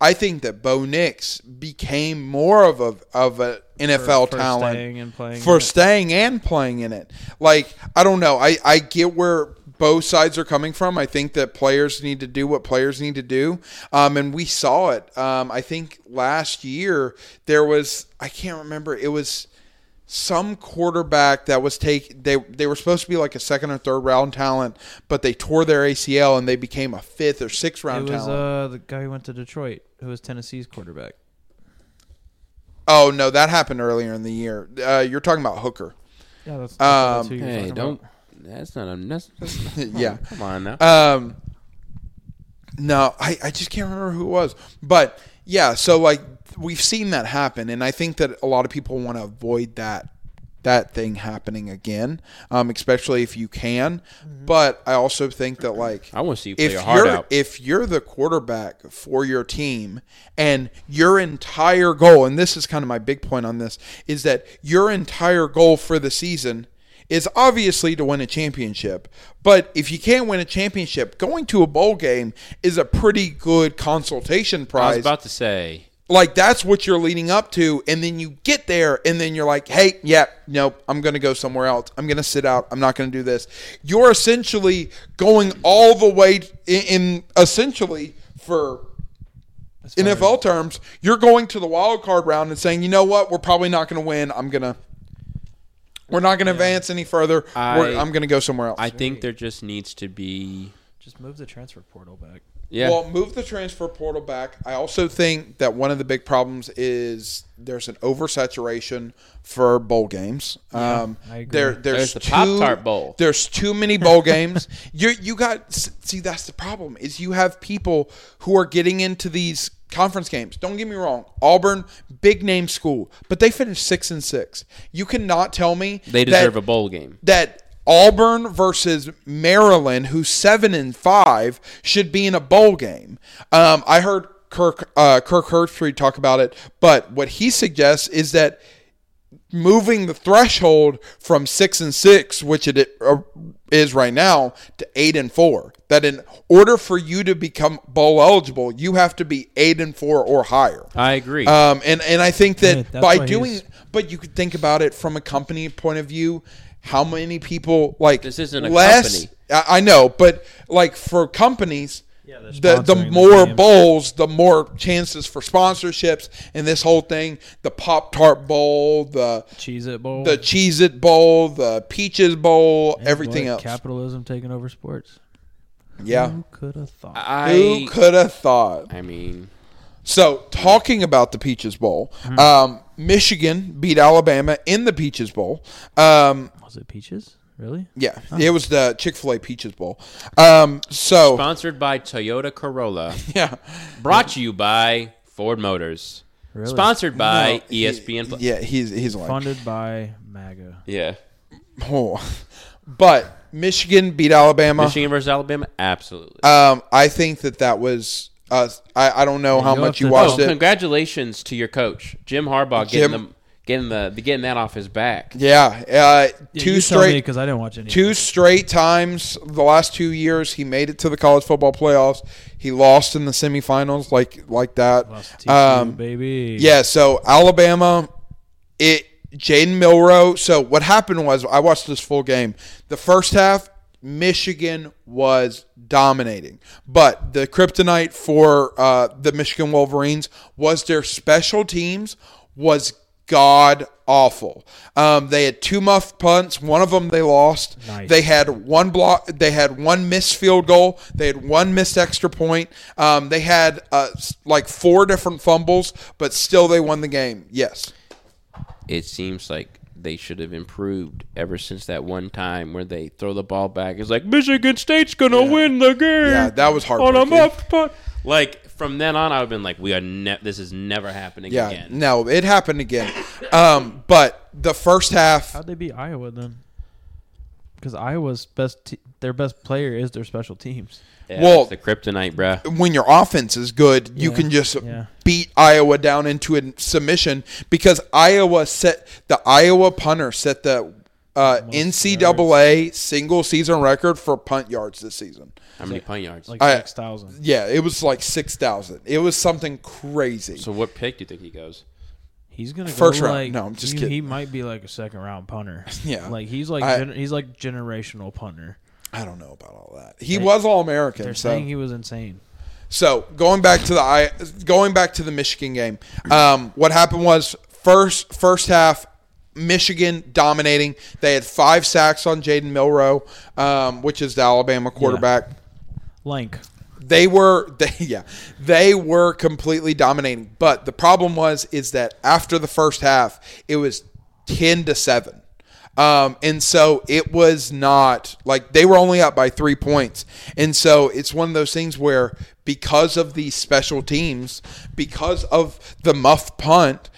I think that Bo Nix became more of a of a NFL
for
talent
staying and playing
for
in it.
staying and playing in it. Like I don't know. I I get where both sides are coming from. I think that players need to do what players need to do, um, and we saw it. Um, I think last year there was I can't remember. It was some quarterback that was take they they were supposed to be like a second or third round talent, but they tore their ACL and they became a fifth or sixth
it
round
was
talent.
uh, the guy who went to Detroit, who was Tennessee's quarterback.
oh no, that happened earlier in the year. Uh, you're talking about Hooker.
Yeah, that's,
that's who
you
hey, don't. That's not a. That's, that's-
yeah.
Come on now.
Um, no, I, I just can't remember who it was. But yeah, so like we've seen that happen. And I think that a lot of people want to avoid that that thing happening again, um, especially if you can. But I also think that like
I want to see you play
if
your heart
you're
out.
if you're the quarterback for your team and your entire goal and this is kind of my big point on this is that your entire goal for the season is obviously to win a championship but if you can't win a championship going to a bowl game is a pretty good consultation
I was
prize
about to say
like that's what you're leading up to and then you get there and then you're like hey yeah nope i'm gonna go somewhere else i'm gonna sit out i'm not gonna do this you're essentially going all the way in, in essentially for nfl terms you're going to the wild card round and saying you know what we're probably not gonna win i'm gonna we're not gonna advance any further We're-
I-
i'm gonna go somewhere else
I think there just needs to be
Just move the transfer portal back.
yeah.
Well, move the transfer portal back. I also think that one of the big problems is there's an oversaturation for bowl games. um,
I agree.
There, there's,
There's the
too-
Pop-Tart Bowl.
There's too many bowl games. You you got see that's the problem is you have people who are getting into these conference games. Don't get me wrong, Auburn, big name school, but they finished six and six. You cannot tell me
they
that-
deserve a bowl game.
that Auburn versus Maryland, who's seven and five, should be in a bowl game. Um, I heard Kirk uh, Kirk Herbstreit talk about it, but what he suggests is that moving the threshold from six and six, which it uh, is right now, to eight and four. That in order for you to become bowl eligible, you have to be eight and four or higher.
I agree.
Um, and and I think
Yeah,
that
that's
by
why
doing,
he's-
but you could think about it from a company point of view. How many people like
This isn't a
less?
company.
I, I know, but like for companies,
Yeah, they're
the the
sponsoring the
more
games.
bowls, the more chances for sponsorships and this whole thing. The Pop Tart Bowl, the
Cheese It Bowl.
the Cheez It Bowl, the Peaches Bowl, everything
What,
else.
Capitalism taking over sports.
yeah.
Who could have thought?
Who
I
could have thought?
I mean
So, talking about the Peaches Bowl, um, Michigan beat Alabama in the Peaches Bowl. Um,
was it peaches? Really?
yeah, it was the Chick Fil A Peaches Bowl. Um, so,
sponsored by Toyota Corolla,
yeah,
brought to you by Ford Motors,
Really?
sponsored by E
No, he-
ESPN. Plus.
yeah, he's he's like
Funded by MAGA.
yeah.
oh. but Michigan beat Alabama.
Michigan versus Alabama, absolutely.
Um, Uh, I think that that was. Uh, I I don't know how
you'll
much
have
you
to-
oh,
watched it.
congratulations to your coach, Jim Harbaugh,
Jim-
getting them getting the getting that off his back.
Yeah, uh, two straight
because I didn't watch any.
two straight times the last two years he made it to the college football playoffs he lost in the semifinals like like that
Lost TCU,
um,
baby.
yeah so alabama it jaden milrow so what happened was i watched this full game the first half michigan was dominating but the kryptonite for uh, the michigan wolverines was their special teams was god awful um, they had two muff punts one of them they lost
Nice.
they had one block. They had one missed field goal. They had one missed extra point. Um, they had uh, s- like four different fumbles, but still they won the game. Yes.
It seems like they should have improved ever since that one time where they throw the ball back. It's like Michigan State's gonna win the game.
Yeah, that was
on a
heartbreaking.
muff punt. Like from then on, I've been like, we are ne- this is never happening
Yeah.
again.
No, it happened again. Um, but the first half,
How'd they beat Iowa then? Because Iowa's best, te- their best player is their special teams.
Yeah,
Well-
it's the kryptonite, bruh.
when your offense is good, you
Yeah,
can just
yeah.
beat Iowa down into a submission because Iowa set the Iowa punter set the uh, NCAA single season record for punt yards this season.
How many punt yards?
Like
I-
six thousand.
Yeah, it was like six thousand. It was something crazy.
so what pick do you think he goes?
He's gonna
First
go
round.
Like,
No, I'm just
he,
kidding.
He might be like a second round punter.
Yeah.
like he's like
I-
gen- he's like generational punter.
I don't know about all that. He was all American.
They're
So,
saying he was insane.
so going back to the I going back to the Michigan game. Um, what happened was first first half, Michigan dominating. They had five sacks on Jaden Milrow, um, which is the Alabama quarterback.
Lank.
They were they yeah they were completely dominating. But the problem was is that after the first half, it was ten to seven. Um, and so it was not like they were only up by three points. And so it's one of those things where because of these special teams, because of the muff punt,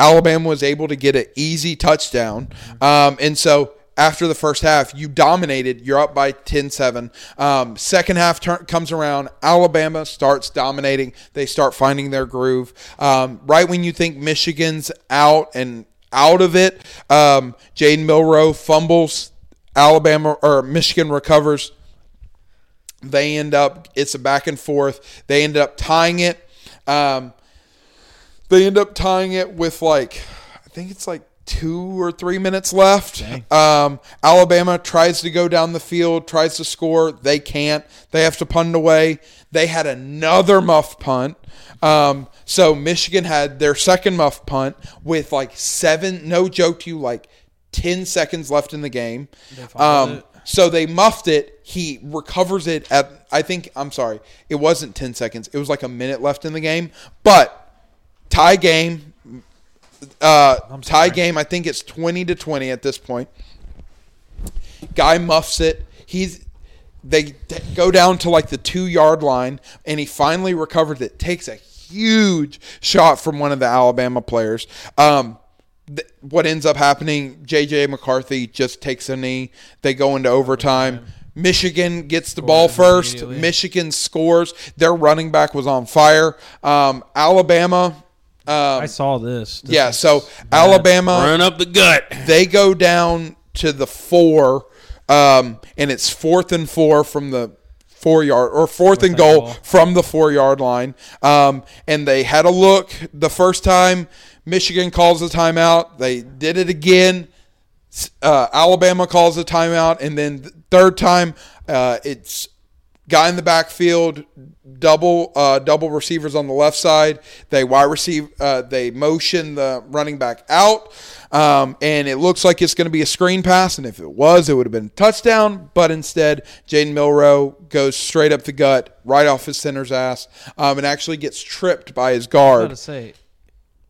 Alabama was able to get an easy touchdown. Um, and so after the first half, you dominated. You're up by 10 7. Um, second half turn, comes around. Alabama starts dominating. They start finding their groove. Um, right when you think Michigan's out and out of it, um, Jaden Milrow fumbles. Alabama or Michigan recovers they end up it's a back and forth they end up tying it um, they end up tying it with like i think it's like two or three minutes left um, alabama tries to go down the field tries to score they can't they have to punt it away they had another muff punt um, so michigan had their second muff punt with like seven no joke to you like 10 seconds left in the game
fumbled
um,
it.
so they muffed it. He recovers it at I think I'm sorry. It wasn't 10 seconds. It was like a minute left in the game, but tie game uh, tie
sorry.
game. I think it's 20 to 20 at this point. Guy muffs it. He's they t- go down to like the 2-yard line and he finally recovers it. Takes a huge shot from one of the Alabama players. Um th- what ends up happening, JJ McCarthy just takes a knee. They go into overtime. Michigan gets the ball first.
immediately.
Michigan scores. Their running back was on fire. Um, Alabama um,
I saw this. This
yeah,
is
so
bad.
Alabama,
Run up the gut.
they go down to the four, um, and it's fourth and four from the four yard or fourth and
and
goal
goal.
from the four yard line. Um, and they had a look the first time. Michigan calls a timeout. They did it again. S- Uh, Alabama calls a timeout, and then th- third time, uh, it's guy in the backfield, double uh, double receivers on the left side. They wide receive. Uh, they motion the running back out, um, and it looks like it's going to be a screen pass. And if it was, it would have been a touchdown. But instead, Jaden Milrow goes straight up the gut, right off his center's ass, um, and actually gets tripped by his
I was about
guard.
to say,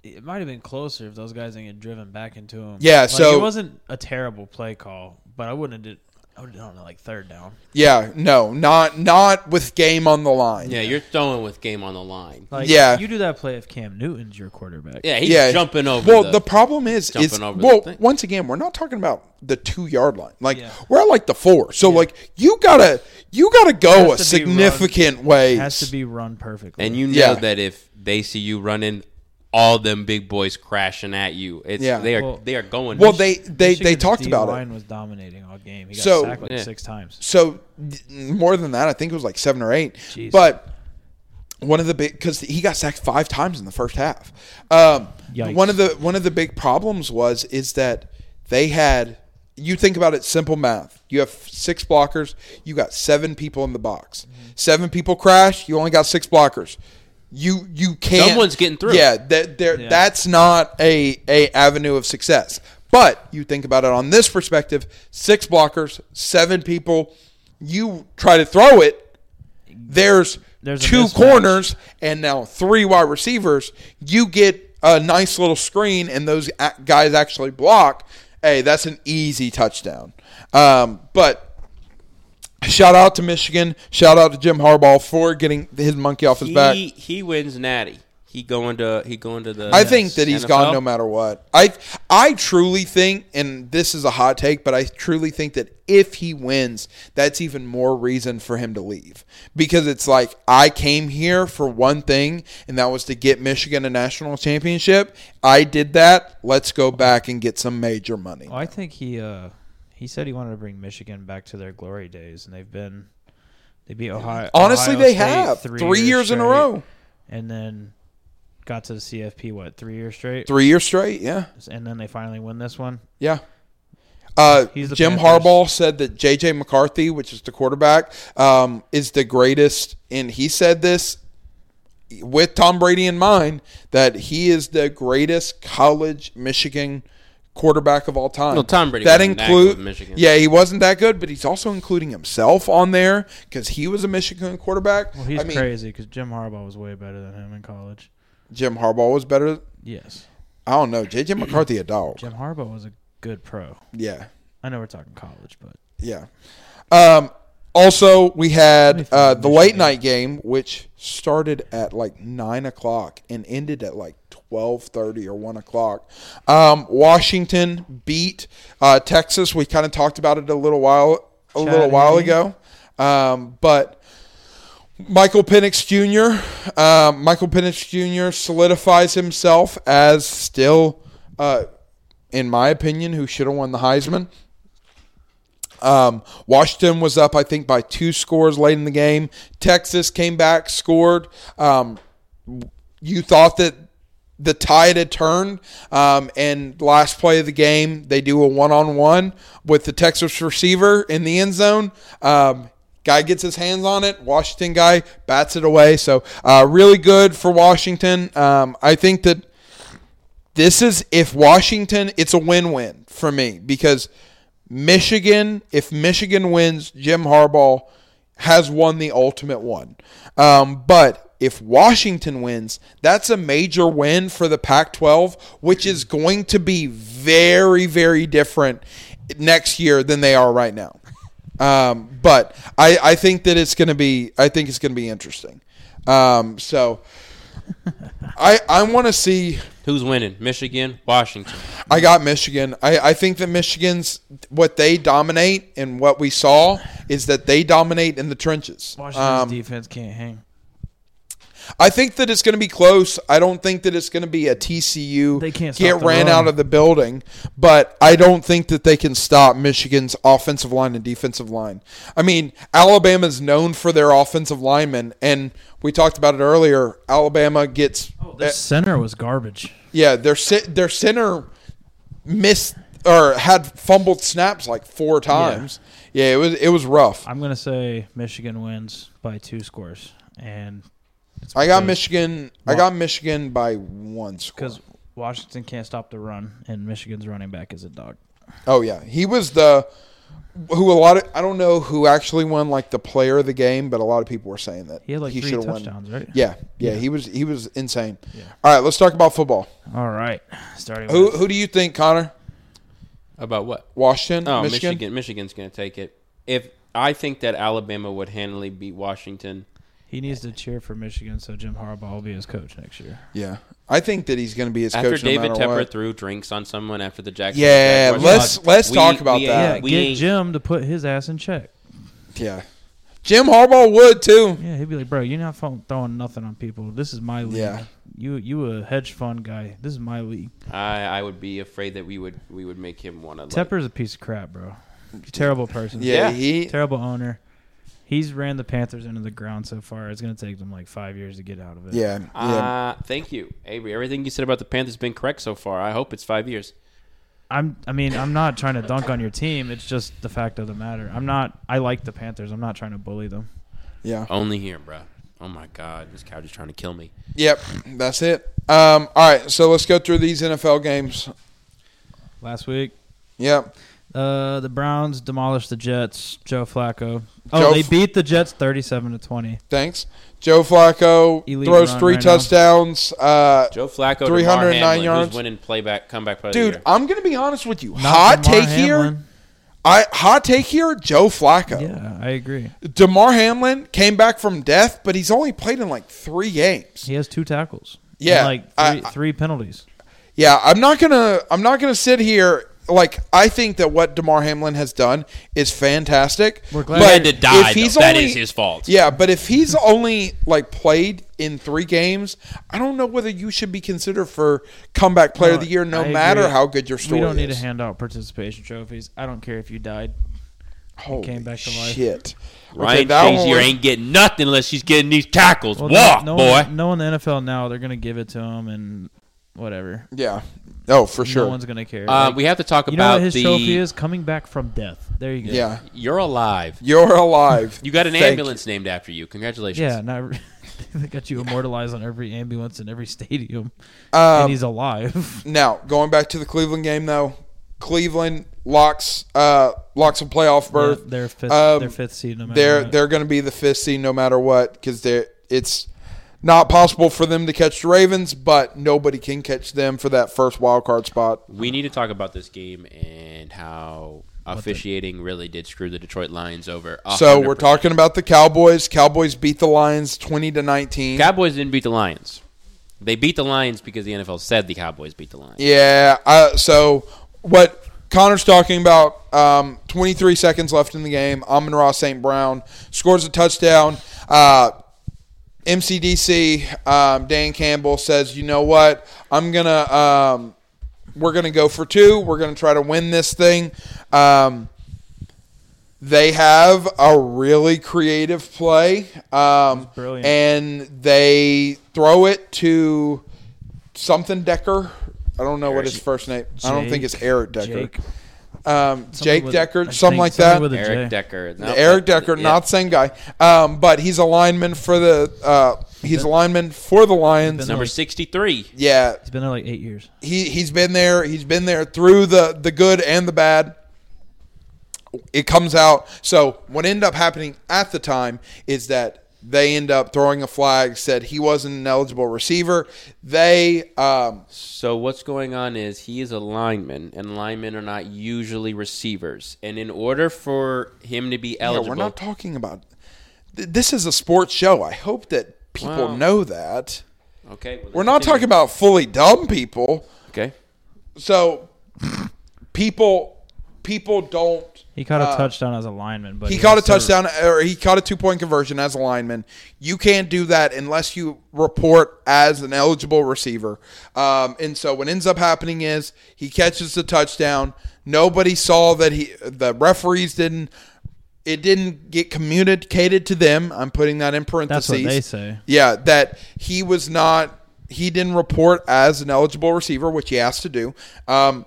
it might have been closer if those guys didn't get driven back into him.
Yeah,
Like,
so-
it wasn't a terrible play call, but I wouldn't have did. I would have done it like third down.
Yeah, no, not not with game on the line.
Yeah, you're throwing with game on the line.
Like,
Yeah.
you do that play if Cam Newton's your quarterback.
Yeah, he's
Yeah.
jumping over.
Well,
the,
the, problem is,
jumping
is
over the
well,
thing.
once again, we're not talking about the two yard line. Like
Yeah.
we're at like the four. So like you gotta you gotta go a
Has to be run.
significant way.
It has to be run perfectly.
and you know
Yeah.
that if they see you running, all them big boys crashing at you. It's
Yeah.
they are
Well-
they are going.
Well, they they they
Michigan's
talked
D
about it.
line was dominating all game. He got
So-
sacked like
Yeah.
six times.
So d- more than that, I think it was like seven or eight.
Jeez.
But one of the big because he got sacked five times in the first half. Um,
Yikes.
one of the one of the big problems was is that they had. You think about it, simple math. You have six blockers. You got seven people in the box.
Mm-hmm.
Seven people crash. You only got six blockers. You you can't.
Someone's getting through.
Yeah, that there
Yeah.
that's not a a avenue of success. But you think about it on this perspective: six blockers, seven people. You try to throw it. There's,
There's a
two
mismatch.
corners and now three wide receivers. You get a nice little screen, and those a- guys actually block. Hey, that's an easy touchdown. Um, but shout out to Michigan. Shout out to Jim Harbaugh for getting his monkey off his
he
back.
he wins natty. He going to he going to the.
I think that he's
he's
gone no matter what. I I truly think, and this is a hot take, but I truly think that if he wins, that's even more reason for him to leave because it's like I came here for one thing, and that was to get Michigan a national championship. I did that. Let's go back and get some major money.
Well, I think he uh, he said he wanted to bring Michigan back to their glory days, and they've been they beat Ohio.
Honestly,
Ohio
they
State
have three, years, in a
straight,
row,
and then got to the CFP what three years straight,
three years straight. Yeah,
and then they finally win this one.
yeah. Uh,
He's the
Jim
Panthers.
Harbaugh said that J.J. McCarthy, which is the quarterback, um, is the greatest, and he said this with Tom Brady in mind that he is the greatest college Michigan quarterback of all time.
Well, Tom Brady
that
wasn't that
include
good with Michigan.
Yeah, he wasn't that good, but he's also including himself on there because he was a Michigan quarterback.
Well, he's
I mean,
crazy because Jim Harbaugh was way better than him in college.
Jim Harbaugh was better.
Yes,
I don't know. J.J. McCarthy a dog.
Jim Harbaugh was a good pro.
Yeah.
I know we're talking college, but
Yeah. Um, Also, we had uh, the late night game, which started at like nine o'clock and ended at like twelve thirty or one o'clock. Um, Washington beat uh, Texas. We kind of talked about it a little while a little
Chatting.
while ago, um, but Michael Penix Jr. Um, Michael Penix Jr. solidifies himself as still, uh, in my opinion, who should have won the Heisman. Um, Washington was up, I think, by two scores late in the game. Texas came back, scored. Um, you thought that the tide had turned, um, and last play of the game, they do a one-on-one with the Texas receiver in the end zone. Um, guy gets his hands on it. Washington guy bats it away. So uh, really good for Washington. Um, I think that this is if Washington, it's a win-win for me because Michigan, if Michigan wins, Jim Harbaugh has won the ultimate one. Um, but if Washington wins, that's a major win for the Pac-12, which is going to be very, very different next year than they are right now. Um, but I, I think that it's going to be, I think it's going to be interesting. Um, so I, I want to see.
Who's winning? Michigan, Washington.
I got Michigan. I, I think that Michigan's what they dominate and what we saw is that they dominate in the trenches.
Washington's
Um,
defense can't hang.
I think that it's going to be close. I don't think that it's going to be a TCU
They can't
get
stop the
ran
run.
out of the building, but I don't think that they can stop Michigan's offensive line and defensive line. I mean, Alabama's known for their offensive linemen, and we talked about it earlier. Alabama gets
Their center was garbage.
Yeah, their ci- their center missed or had fumbled snaps like four times. Yeah, it was it was rough.
I'm gonna say Michigan wins by two scores, and it's
I got
because-
Michigan. I got Michigan by one score.
because Washington can't stop the run, and Michigan's running back is a dog.
Oh yeah, he was the who a lot of I don't know who actually won like the player of the game, but a lot of people were saying that
He had like three
should've won.
touchdowns, right?
Yeah, yeah, he was he was insane.
Yeah.
All right, let's talk about football.
All right, starting
Who
with
who do you think, Connor?
About what?
Washington,
Oh,
Michigan?
Michigan. Michigan's going to take it. If I think that Alabama would handily beat Washington,
he needs to cheer for Michigan, so Jim Harbaugh will be his coach next year.
Yeah, I think that he's going to be his
after
coach. no
David
matter
Tepper
what.
threw drinks on someone after the Jackson.
Yeah,
Jaguars
let's-
lost,
let's talk about that.
Yeah,
Yeah,
we
get
ain't-
Jim to put his ass in check.
Yeah. Jim Harbaugh would too.
Yeah, he'd be like, "Bro, you're not throwing- throwing nothing on people. This is my league.
Yeah.
You you a hedge fund guy. This is my league."
I, I would be afraid that we would we would make him one of like,
Tepper's a piece of crap, bro. Terrible person.
Yeah,
Yeah.
he
Terrible owner. He's ran the Panthers into the ground so far. It's gonna take them like five years to get out of it.
yeah, yeah.
Uh, thank you, Avery. Everything you said about the Panthers has been correct so far. I hope it's five years.
I'm. I mean, I'm not trying to dunk on your team. It's just the fact of the matter. I'm not. I like the Panthers. I'm not trying to bully them.
yeah.
Only here, bro. Oh my God, this couch is trying to kill me.
Yep, that's it. Um all right, so let's go through these NFL games.
Last week,
Yep.
uh, the Browns demolished the Jets. Joe Flacco. Oh,
Joe
they
F-
beat the Jets 37 to 20
Thanks. Joe Flacco
Elite
throws
run
three
right now.
touchdowns. Uh
Joe
309
Flacco, 309 Hamlin,
yards.
yards, who's winning playback comeback player. of the
dude,
year.
I'm going to be honest with you.
Not
hot
Damar
take here. Oh.
Hamlin.
I hot take here, Joe Flacco.
Yeah, I agree.
DeMar Hamlin came back from death, but he's only played in like 3 games.
He has two tackles. and,
Yeah,
like three,
I- I-
three penalties.
Yeah, I'm not gonna. I'm not gonna sit here. Like I think that what Demar Hamlin has done is fantastic.
We're glad
He
But
had to die. though. that is his fault.
Yeah, but if he's only like played in three games, I don't know whether you should be considered for comeback player of the year, no
I
matter
agree.
how good your story
We don't need
is.
to hand out participation trophies. I don't care if you died.
Holy
came back to life.
Shit, Okay,
Ryan
that one
Shazier
was-
ain't getting nothing unless she's getting these tackles.
Well,
Walk,
no, no
boy.
One, no one in the NFL now. They're gonna give it to him and whatever.
Yeah. Oh, for sure.
No one's gonna care.
Uh,
Like,
we have to talk
you know
about
what his
the.
trophy is? Coming back from death. There you go.
yeah,
You're alive.
you're alive.
You got an
Thank
ambulance named after you. Congratulations.
Yeah. Not, they got you immortalized on every ambulance in every stadium,
you.
and
Um,
he's alive.
Now, going back to the Cleveland game though, Cleveland locks uh locks a playoff berth.
They're fifth.
Um,
their fifth seed. No matter
they're
what.
they're going to be the fifth seed no matter what because they it's not possible for them to catch the Ravens, but nobody can catch them for that first wild card spot.
We need to talk about this game and how
the-
officiating really did screw the Detroit Lions over. a
So
hundred
we're
percent.
talking about the Cowboys. Cowboys beat the Lions twenty to nineteen.
Cowboys didn't beat the Lions. They beat the Lions because the NFL said the Cowboys beat the Lions.
Yeah. I, so what Connor's talking about? Um, 23 seconds left in the game. Amon Ross St. Brown scores a touchdown. Uh, MCDC um, Dan Campbell says, "You know what? I'm gonna um, we're gonna go for two. We're gonna try to win this thing." Um, they have a really creative play, um,
brilliant.
and they throw it to something Decker. I don't know what his first name. I don't think it's
Jake-
Eric Decker.
Jake.
Um, Jake
with- I
Decker,
think
something like
something
that.
with a
Eric
J.
Decker. no,
Eric
that-
Decker,
yeah.
not the same guy, um, but he's a lineman for the uh, he's a lineman for the Lions.
Been
number
like-
sixty-three.
Yeah,
He's been there like eight years.
he he's been there. He's been there through the the good and the bad. It comes out. So what ended up happening at the time is that they end up throwing a flag. Said he wasn't an eligible receiver. They um,
So what's going on is he is a lineman, and linemen are not usually receivers. And in order for him to be
yeah,
eligible,
we're not talking about. th- This is a sports show. I hope that people
Wow.
know that.
okay, well,
We're not talking
continue.
about fully dumb people.
Okay,
So people people don't
He caught a
Uh,
touchdown as a lineman, but
he caught a
also-
touchdown or he caught a two point conversion as a lineman. You can't do that unless you report as an eligible receiver. Um, and so what ends up happening is he catches the touchdown. Nobody saw that he the referees didn't it didn't get communicated to them. I'm putting that in
That's
parentheses.
what they say.
Yeah, that he was not he didn't report as an eligible receiver, which he has to do. Um,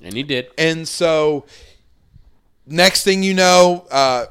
and he did.
and so, next thing you know, uh,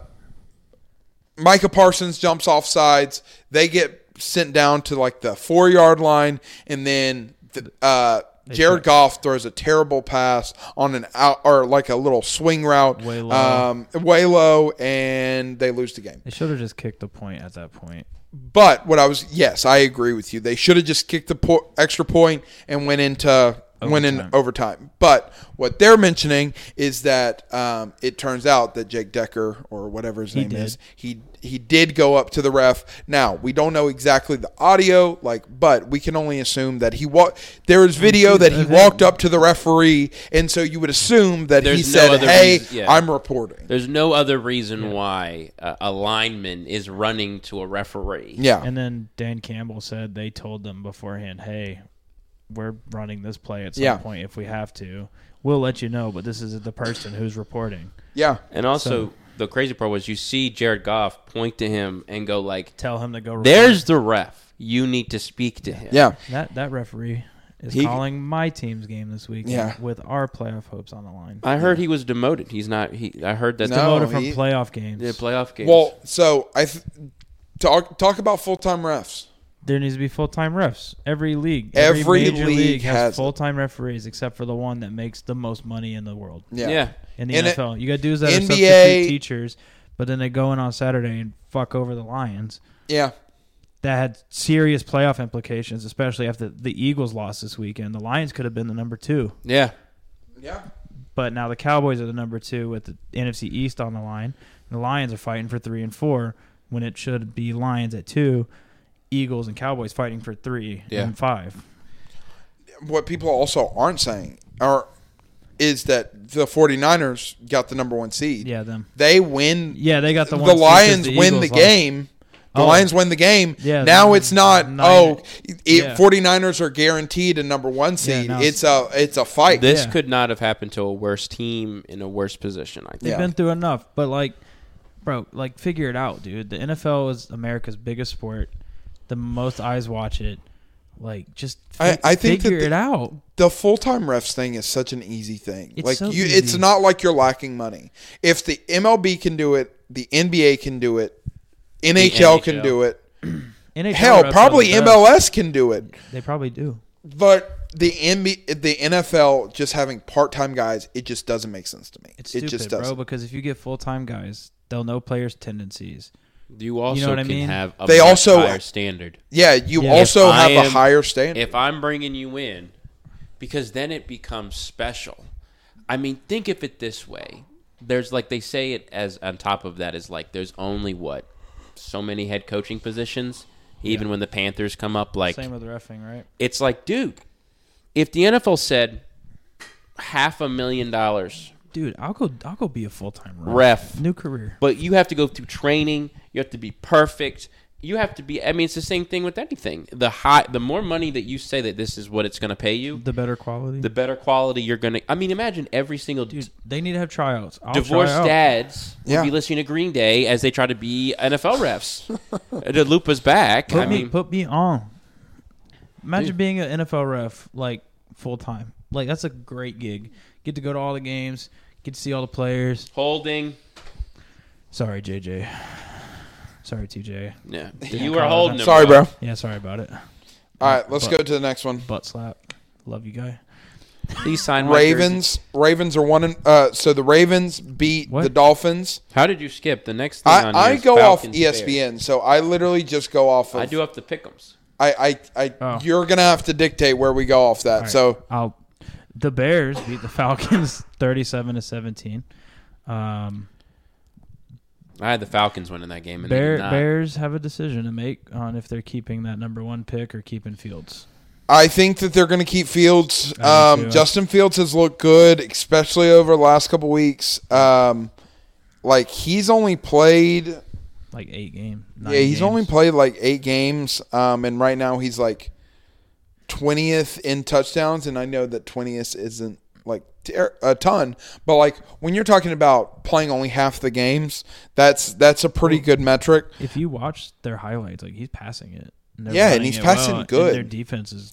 Micah Parsons jumps off sides. They get sent down to like the four yard line, and then the, uh, Jared Goff throws a terrible pass on an out or like a little swing route,
Way low.
um, way low, and they lose the game.
They should have just kicked the point at that point.
But what I was, yes, I agree with you. They should have just kicked the po- extra point and went into went in overtime. But what they're mentioning is that um, it turns out that Jake Decker or whatever his name
did.
is, he he did go up to the ref. Now we don't know exactly the audio, like, but we can only assume that he walked. There is video that he
of him.
walked up to the referee, and so you would assume that he
There's no
said,
other
"Hey,
reason- yeah.
I'm reporting."
There's no other reason why uh, a lineman is running to a referee.
Yeah,
And then Dan Campbell said they told them beforehand, "Hey, we're running this play at some
Yeah.
point if we have to. We'll let you know, but this is the person who's reporting.
yeah.
And also,
So-
the crazy part was you see Jared Goff point to him and go like,
Tell him to go." report."
"There's the ref. You need to speak to him."
Yeah,
that that referee is
He-
calling my team's game this week
Yeah.
with our playoff hopes on the line.
I heard he was demoted. He's not. He. I heard that
No.
Voted from
he-
playoff games.
the playoff games.
Well, so I th- talk talk about full time refs.
There needs to be full time refs. Every league,
Every
major
league
league,
has it.
has full time referees, except for the one that makes the most money in the world
Yeah.
yeah.
in the
And it-
NFL. you got dudes that are
NBA
substitute teachers, but then they go in on Saturday and fuck over the Lions.
Yeah.
That had serious playoff implications, especially after the Eagles lost this weekend. The Lions could have been the number two,
Yeah.
Yeah.
but now the Cowboys are the number two with the NFC East on the line. The Lions are fighting for three and four when it should be Lions at two, Eagles and Cowboys fighting for three
Yeah.
and five.
What people also aren't saying are is that the 49ers got the number 1 seed.
Yeah, them.
They win
Yeah, they got the
the,
one seed 'cause
Lions
the
win
Eagles
the
lost.
game. The
Oh.
Lions win the game.
Yeah,
now
the
it's not
nine-
oh it,
Yeah.
49ers are guaranteed a number 1 seed.
now
it's a it's a fight.
This
Yeah.
could not have happened to a worse team in a worse position. I
They've
think.
Yeah.
been through enough, but like, bro, like figure it out, dude. The NFL is America's biggest sport. The most eyes watch it. Like, just
I-
fi-
I think that
figure
the-
it out.
the full-time refs thing is such an easy thing.
It's
like
so
you
easy.
it's not like you're lacking money. If the MLB can do it, the NBA can do it, NHL can
NHL.
do it.
NHL
Hell,
refs are
probably
the best.
MLS can do it.
They probably do.
But the NBA, the NFL just having part-time guys, it just doesn't make sense to me.
It's
it
stupid,
just
bro.
doesn't.
Because if you get full time guys, they'll know players' tendencies.
You also
know what I
can
mean?
have a
They
much
also-
higher standard.
Yeah, you
Yeah.
also
If I
have a
am-
higher standard.
If I'm bringing you in, because then it becomes special. I mean, think of it this way: there's like they say it as on top of that is like there's only what so many head coaching positions. Even when the Panthers come up, like
Same with refing, right?
it's like, dude, if the NFL said half a million dollars,
Dude, I'll go. I'll go be a full time
Ref.
New career.
but you have to go through training, you have to be perfect, you have to be. I mean, it's the same thing with anything. The high, the more money that you say that this is what it's going to pay you,
The better quality.
the better quality you're going to. I mean, imagine every single
Dude, they need to have tryouts. I'll
divorced
try out.
dads
Yeah.
would be listening to Green Day as they try to be NFL refs. to loop us back,
Put
I
me,
mean,
put me on. Imagine being an NFL ref like full time. Like that's a great gig. Get to go to all the games. Get to see all the players.
holding.
Sorry, JJ. Sorry, TJ.
Yeah,
Didn't
you
call
were
it.
holding. him,
Sorry, bro.
Yeah, sorry about it.
All right, let's
But-
go to the next one.
Butt slap. Love you, guy.
Please sign my jersey.
Ravens. Ravens are one. In, uh, so the Ravens beat
What?
the Dolphins.
How did you skip the next? Thing on
I,
here
I
is
go
Falcons,
off E
Bears.
ESPN, so I literally just go off of.
I do have to pick 'ems.
I. I. I
Oh.
You're gonna have to dictate where we go off that.
All right,
So
I'll. The Bears beat the Falcons thirty-seven to seventeen. Um,
I had the Falcons winning that game, and they
Bear,
did not.
Bears have a decision to make on if they're keeping that number one pick or keeping Fields.
I think that they're gonna keep Fields.
I do
Um,
too.
Justin Fields has looked good, especially over the last couple weeks. Um, like he's only played
Like eight game. nine
Yeah, he's
games.
only played like eight games, um, and right now he's like twentieth in touchdowns. And I know that twentieth isn't like ter- a ton, but like when you're talking about playing only half the games, that's that's a pretty good metric.
If you watch their highlights, like he's passing it. they're
Yeah, and
running
he's
it
passing
well, and
good.
their defense is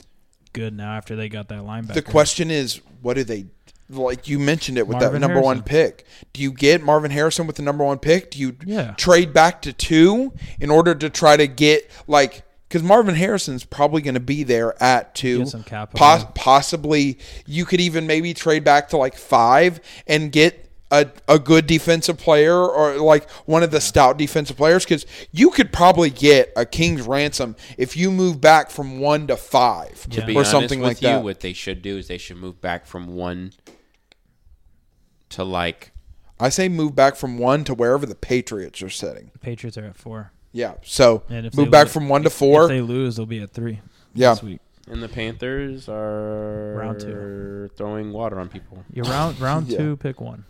good now after they got that linebacker.
The question is, what do they? Like you mentioned it with that
Marvin
number one
Harrison.
pick. Do you get Marvin Harrison with the number one pick? Do you
Yeah.
trade back to two in order to try to get like because Marvin Harrison's probably going to be there at two.
Get some capital.
Pos- possibly you could even maybe trade back to like five and get a, a good defensive player or like one of the stout defensive players because you could probably get a king's ransom if you move back from one to five
To
to
or
be honest
something
with
like
you,
that.
what they should do is they should move back from one to like
I say move back from one to wherever the Patriots are sitting.
Patriots are at four.
Yeah, so
And if they
move back
lose-
from one to
If
four.
they lose, they'll be at three.
Yeah,
This week.
and the Panthers are
Round two.
throwing water on people.
You're round round
Yeah.
two, pick one.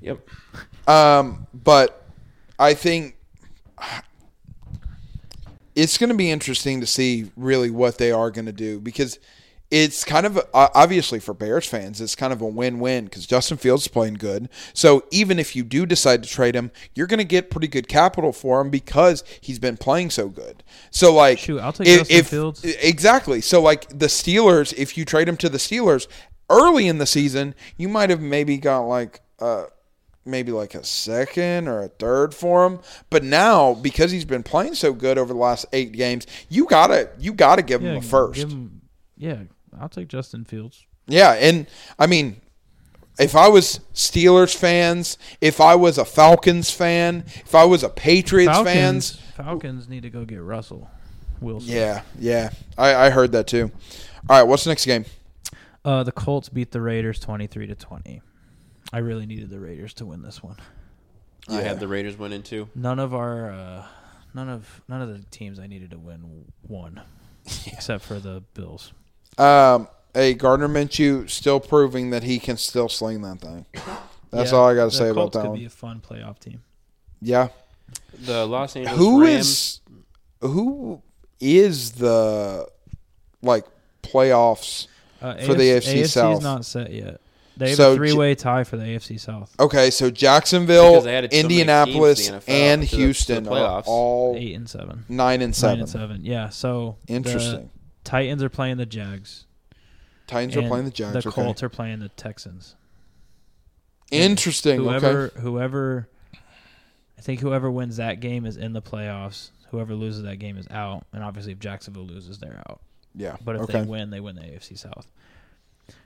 Yep.
um, but I think it's going to be interesting to see really what they are going to do because it's kind of uh, obviously for Bears fans, it's kind of a win-win because Justin Fields is playing good. So even if you do decide to trade him, you're going to get pretty good capital for him because he's been playing so good. So like,
Shoot, I'll take Justin Fields.
exactly. So like the Steelers, if you trade him to the Steelers early in the season, you might have maybe got like uh maybe like a second or a third for him. But now because he's been playing so good over the last eight games, you gotta you gotta give him a first.
give him- yeah, I'll take Justin Fields.
Yeah, and I mean, if I was Steelers fans, if I was a Falcons fan, if I was a Patriots
Falcons,
fans,
Falcons need to go get Russell Wilson.
yeah, yeah, I, I heard that too. All right, what's the next game?
Uh, the Colts beat the Raiders twenty-three to twenty. I really needed the Raiders to win this one.
I
Yeah.
had the Raiders winning too.
None of our, uh, none of none of the teams I needed to win won, except for the Bills.
Um, hey, Gardner Minshew still proving that he can still sling that thing. That's
Yeah,
all I got to
the
say about
Colts
that
could
one.
Be a fun playoff team.
yeah,
The Los Angeles
who
Rams.
is who is the like playoffs?
Uh,
For the AFC
AFC's
South.
not set yet. They have
So J-
a
Oh.
three-way tie for the AFC South.
Okay, so
Because
Jacksonville,
they added so many teams to the
Indianapolis,
NFL
and
to the- to the
Houston are
playoffs.
all
Eight and seven.
Nine and seven.
Nine and seven. Yeah. So the
Interesting.
Titans are playing the Jags.
Titans are
and
playing the Giants.
The
okay.
Colts are playing the Texans.
Interesting.
Whoever,
okay.
whoever, I think whoever wins that game is in the playoffs. Whoever loses that game is out. And obviously, if Jacksonville loses, they're out.
Yeah.
But if
okay.
they win, they win the AFC South.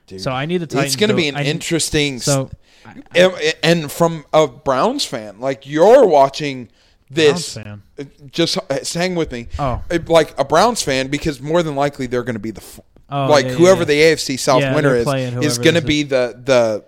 Dude.
So I need the Titans.
it's going to be an
I need-
interesting.
So I- I-
and, and from a Browns fan, like you're watching this.
Browns fan.
Just hang with me.
Oh.
Like a Browns fan, because more than likely they're going to be the. f
Oh,
like
yeah, yeah,
whoever
yeah.
the AFC South
Yeah,
winner
they're
is
playing
is
whoever
going to
is it.
be the the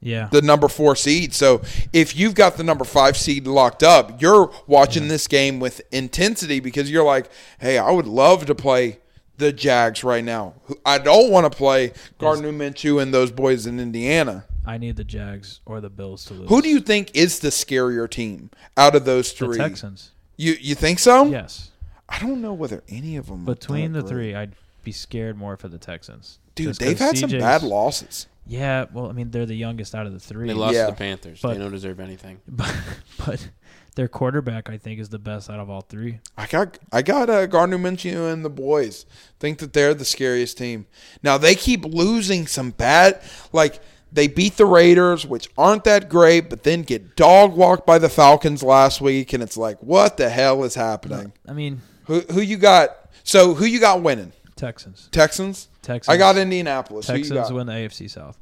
Yeah.
the number four seed. So if you've got the number five seed locked up, you're watching this game with intensity because you're like, hey, I would love to play the Jags right now. Who- I don't want to play Gardner Minshew and those boys in Indiana.
I need the Jags or the Bills to lose.
Who do you think is the scarier team out of those
the
three?
Texans?
You you think so?
Yes.
I don't know whether any of them
Between the three, I'd be scared more for the Texans.
Dude,
Just
they've
'cause
had some
CJ's
bad losses.
Yeah, well, I mean, they're the youngest out of the three.
They lost
Yeah.
to the Panthers.
But-
they don't deserve anything.
but, but their quarterback, I think, is the best out of all three.
I got I got uh, Gardner Minshew and the boys. Think that they're the scariest team. Now they keep losing some bad, like they beat the Raiders, which aren't that great, but then get dog walked by the Falcons last week, and it's like, what the hell is happening?
I mean,
Who who you got? So who you got winning?
Texans.
Texans.
Texans.
I got Indianapolis. who you
Texans
got?
win the AFC South.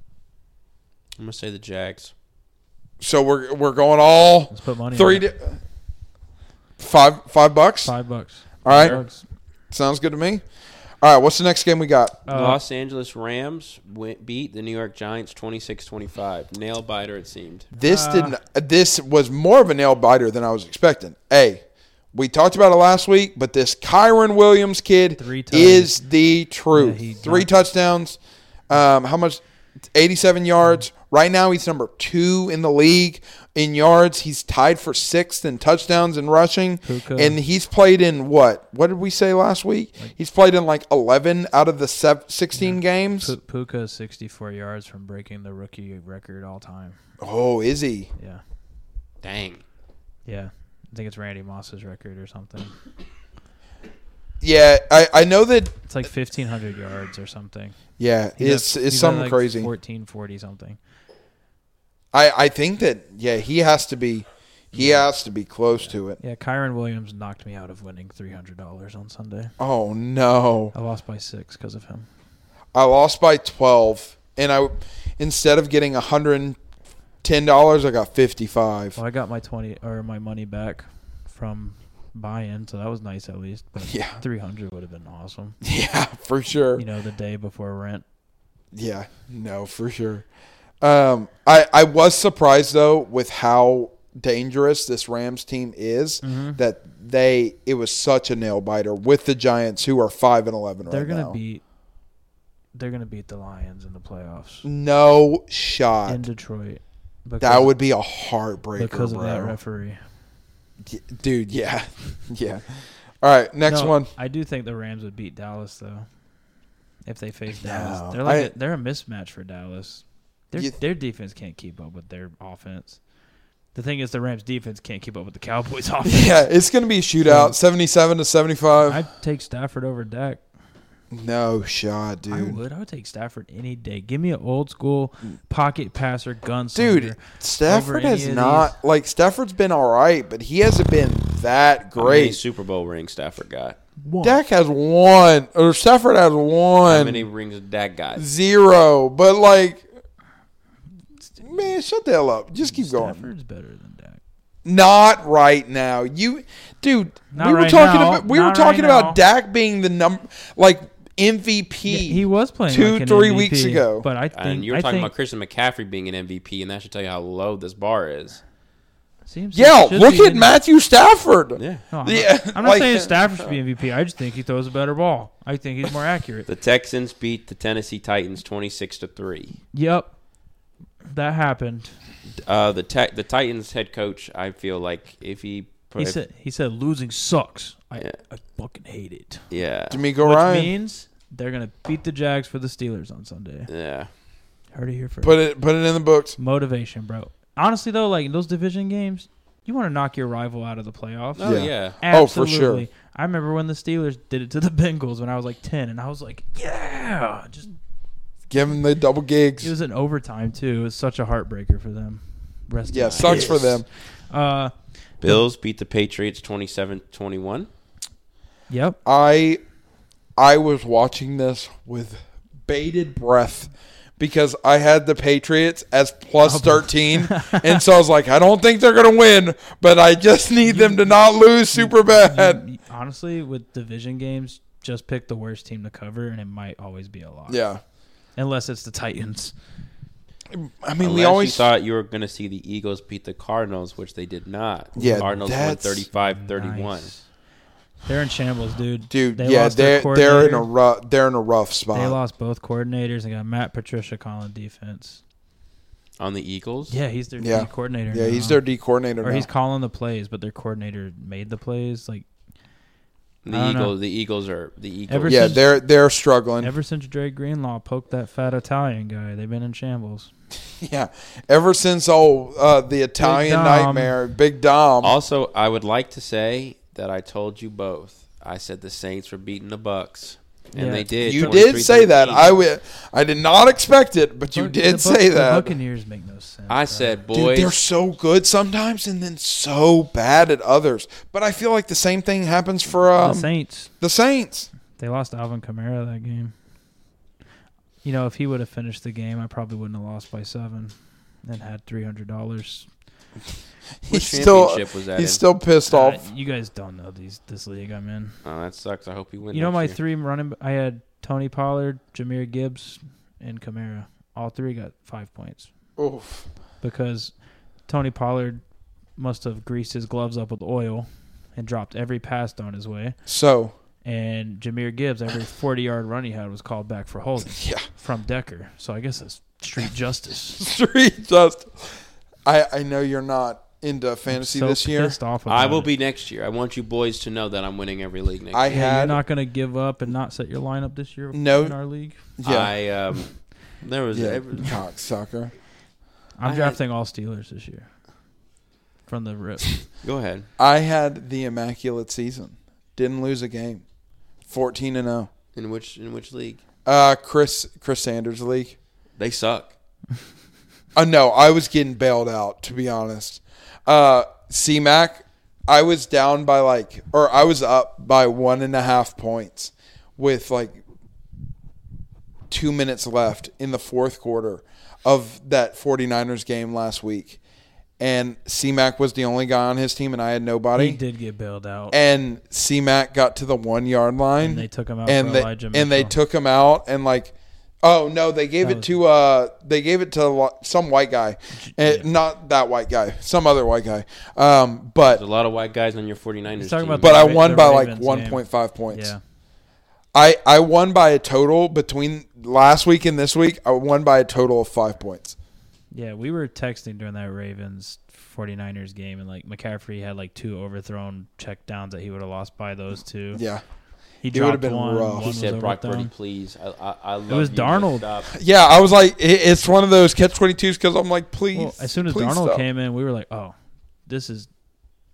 I'm gonna say the Jags.
So we're we're going all
Let's put money.
three,
on it.
di- five five bucks.
five bucks.
All right,
Bucks.
sounds good to me. All right, what's the next game we got?
Uh,
Los Angeles Rams went, beat the New York Giants 26-25. Nail biter it seemed.
This
Uh,
didn't. This was more of a nail biter than I was expecting. Hey, we talked about it last week, but this Kyron Williams kid
Three touchdowns.
is the truth.
Yeah, he
Three
done-
touchdowns. Um, how much? Eighty-seven yards. Right now, he's number two in the league in yards. He's tied for sixth in touchdowns and rushing.
Puka.
And he's played in what? What did we say last week? He's played in like eleven out of the sev- sixteen games.
Pu- Puka is 64 yards from breaking the rookie record all time.
Oh, is he?
Yeah.
Dang.
Yeah. I think it's Randy Moss's record or something.
Yeah, I, I know that.
It's like 1,500 yards or something.
Yeah,
He's
it's
at-
it's
he's at
something
like
crazy.
1440 something.
I, I think that yeah, he has to be he has to be close to it.
Yeah, Kyron Williams knocked me out of winning $300 on Sunday.
Oh no.
I lost by six because of him.
I lost by 12 and I instead of getting $110, I got 55.
Well, I got my 20 or my money back from buy-in, so that was nice at least. But
Yeah.
300 would have been awesome.
Yeah, for sure.
You know, the day before rent.
Yeah, no, for sure. Um, I I was surprised though with how dangerous this Rams team is.
Mm-hmm.
That they it was such a nail biter with the Giants, who are five and eleven
they're
right
gonna
now.
beat. They're gonna beat the Lions in the playoffs
no shot.
in Detroit. Because,
that would be a heartbreaker,
because of
bro.
that referee.
Y- Dude, yeah. yeah. All right, next
No,
one.
I do think the Rams would beat Dallas though, if they face
No,
Dallas. They're like
I-
a, they're a mismatch for Dallas. Their
You-
their defense can't keep up with their offense. The thing is, the Rams defense can't keep up with the Cowboys offense.
Yeah, it's going to be a shootout, 77 to 75.
I'd take Stafford over Dak.
no shot, dude.
I would. I would take Stafford any day. Give me an old school pocket passer, gun
Dude, Stafford
any
has
of
not like Stafford's been all right, but he hasn't been that
How many
great.
Super Bowl rings Stafford got.
one.
Dak has one or Stafford has
How
one
many rings did Dak got?
zero, but like man, shut the hell up. Just keep going.
Stafford's better than Dak.
Not right now. You dude,
Not
we were
right
talking
now.
about we were
Not right
talking
now.
about Dak being the number like MVP.
Yeah, he was playing
two,
like an
three
MVP,
weeks ago.
But I think
And you were
I
talking
think,
about Christian McCaffrey being an MVP, and that should tell you how low this bar is.
seems
Yeah,
should
look
be
at
in-
Matthew Stafford.
Yeah.
No, I'm
Yeah,
not, I'm not
like-
saying Stafford should be MVP. I just think he throws a better ball. I think he's more accurate.
The Texans beat the Tennessee Titans 26 to 3.
yep, that happened.
Uh, the te- the Titans head coach, I feel like if he put
He
if-
said he said losing sucks. I
Yeah.
I fucking hate it.
yeah.
D'Amico
Which
Ryan.
means they're gonna beat the Jags for the Steelers on Sunday.
Yeah.
Heard it here first.
Put it put it in the books.
Motivation, bro. Honestly though, like in those division games, you want to knock your rival out of the playoffs.
Oh
Yeah.
yeah.
Oh, for sure.
Absolutely. I remember when the Steelers did it to the Bengals when I was like ten, and I was like, yeah, just
Give him the double
It
gigs.
was an overtime too. It was such a heartbreaker for them. Rest
Yeah,
in
sucks
peace.
for them.
Uh,
Bills beat the Patriots 27-21.
yep.
I I was watching this with bated breath because I had the Patriots as
Oh,
plus 13 and so I was like I don't think they're going to win, but I just need them to not lose super bad.
You- honestly, with division games, just pick the worst team to cover, and it might always be a loss.
Yeah.
Unless it's the Titans.
I mean,
Unless
we always
you thought you were going to see the Eagles beat the Cardinals, which they did not.
Yeah,
Cardinals won
that's-
35 31.
Nice. They're in shambles, dude.
dude.
they
yeah,
lost their
they're they're in
coordinator.
a rough they're in a rough spot.
They lost both coordinators and got Matt Patricia calling defense.
On the Eagles?
Yeah, he's their
Yeah.
D coordinator.
yeah,
now.
he's their D coordinator.
or
now.
he's calling the plays, but their coordinator made the plays. Like
The
I don't know.
Eagles, the Eagles are the Eagles.
Ever
yeah,
since-
they're they're struggling.
ever since Dre Greenlaw poked that fat Italian guy, they've been in shambles.
yeah, ever since oh uh, the Italian
Dom.
nightmare, Big Dom.
Also, I would like to say that I told you both. I said the Saints were beating the Bucks, and
Yeah.
they did.
you did say that. I w- I did not expect it, but you
Buc-
did
the Buc-
say
the
that.
Buccaneers make no sense.
I
bro.
said,
Dude,
boys,
they're so good sometimes and then so bad at others. But I feel like the same thing happens for um,
the Saints.
the Saints.
They lost Alvin Kamara that game. You know, if he would have finished the game, I probably wouldn't have lost by seven and had three hundred dollars.
what
He's still
championship was that in?
he's still pissed off.
you guys don't know these this league I'm in.
oh, that sucks. I hope you win.
You know
next
my
year.
three running. I had Tony Pollard, Jameer Gibbs, and Kamara. All three got five points
Oof.
because Tony Pollard must have greased his gloves up with oil and dropped every pass on his way.
So
And Jameer Gibbs, every 40 yard run he had was called back for holding
yeah,
from Decker. So I guess that's street justice.
street just. I I know you're not into fantasy
So
this year.
pissed off
I
about
will
it.
be next year. I want you boys to know that I'm winning every league next.
I
year.
Yeah, you're
had
not going to give up and not set your lineup this year
No.
in our league.
yeah
I um, there was
yeah
every-
cocksucker.
I'm
I-
drafting all Steelers this year from the rip.
go ahead.
I had the immaculate season. Didn't lose a game. 14 and 0.
In which in which league?
Uh Chris Chris Sanders league.
They suck.
Uh, no, I was getting bailed out to be honest. Uh CMAC, I was down by like, or I was up by one and a half points with like two minutes left in the fourth quarter of that 49ers game last week. And CMAC was the only guy on his team, and I had nobody.
he did get bailed out.
And CMAC got to the one yard line.
And they took him out
and
for
they,
Elijah
and they
Mitchell.
took him out and like oh no they gave
That
it
was-
to uh they gave it to lo- some white guy and not that white guy some other white guy um
There's
but
a lot of white guys on your 49ers.
He's talking
team.
about
but
the
I
Ra-
won
the
by like
Ravens game.
1.5 points
yeah.
I I won by a total between last week and this week I won by a total of 5 points
Yeah, we were texting during that Ravens 49ers game, and like McCaffrey had like two overthrown check downs that he would have lost by those two.
yeah
he
It would've
dropped
been
one.
rough.
one
He
he
was
said, "Brock Purdy,
overthrown."
please." I, I, I love
was
you, but
Darnold.
stop."
yeah I was like it, it's one of those catch 22s cuz I'm like please
Well, as soon as
please
Darnold
stop.
came in, we were like, "Oh, this is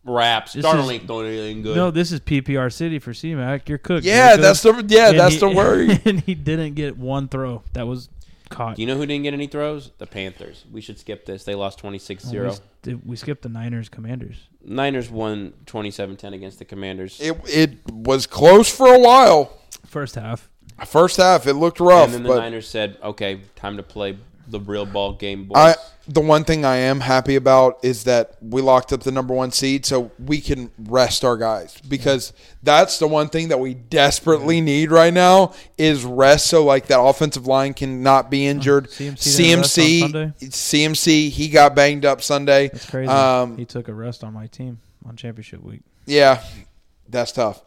Raps.
This
Darnold
is-
ain't doing anything good.
no, this is PPR city for CMAC. You're cooked."
yeah
Jacob."
that's the yeah
And
that's
he-
the worry
and he didn't get one throw that was caught.
Do you know who didn't get any throws? The Panthers. We should skip this. They lost 26
Well,
0.
we s- did- We skipped the Niners Commanders.
Niners won 27 10 against the Commanders.
it it was close for a while
First half.
First half, it looked rough,
and then the
but
Niners said, okay, time to play the real ball game, boys.
I the one thing I am happy about is that we locked up the number one seed, so we can rest our guys because that's the one thing that we desperately need right now is rest. So like that offensive line cannot
Oh,
be injured.
CMC didn't rest on
CMC,
Sunday?
CMC, he got banged up Sunday.
That's crazy.
Um,
he took a rest on my team on championship week.
yeah, that's tough.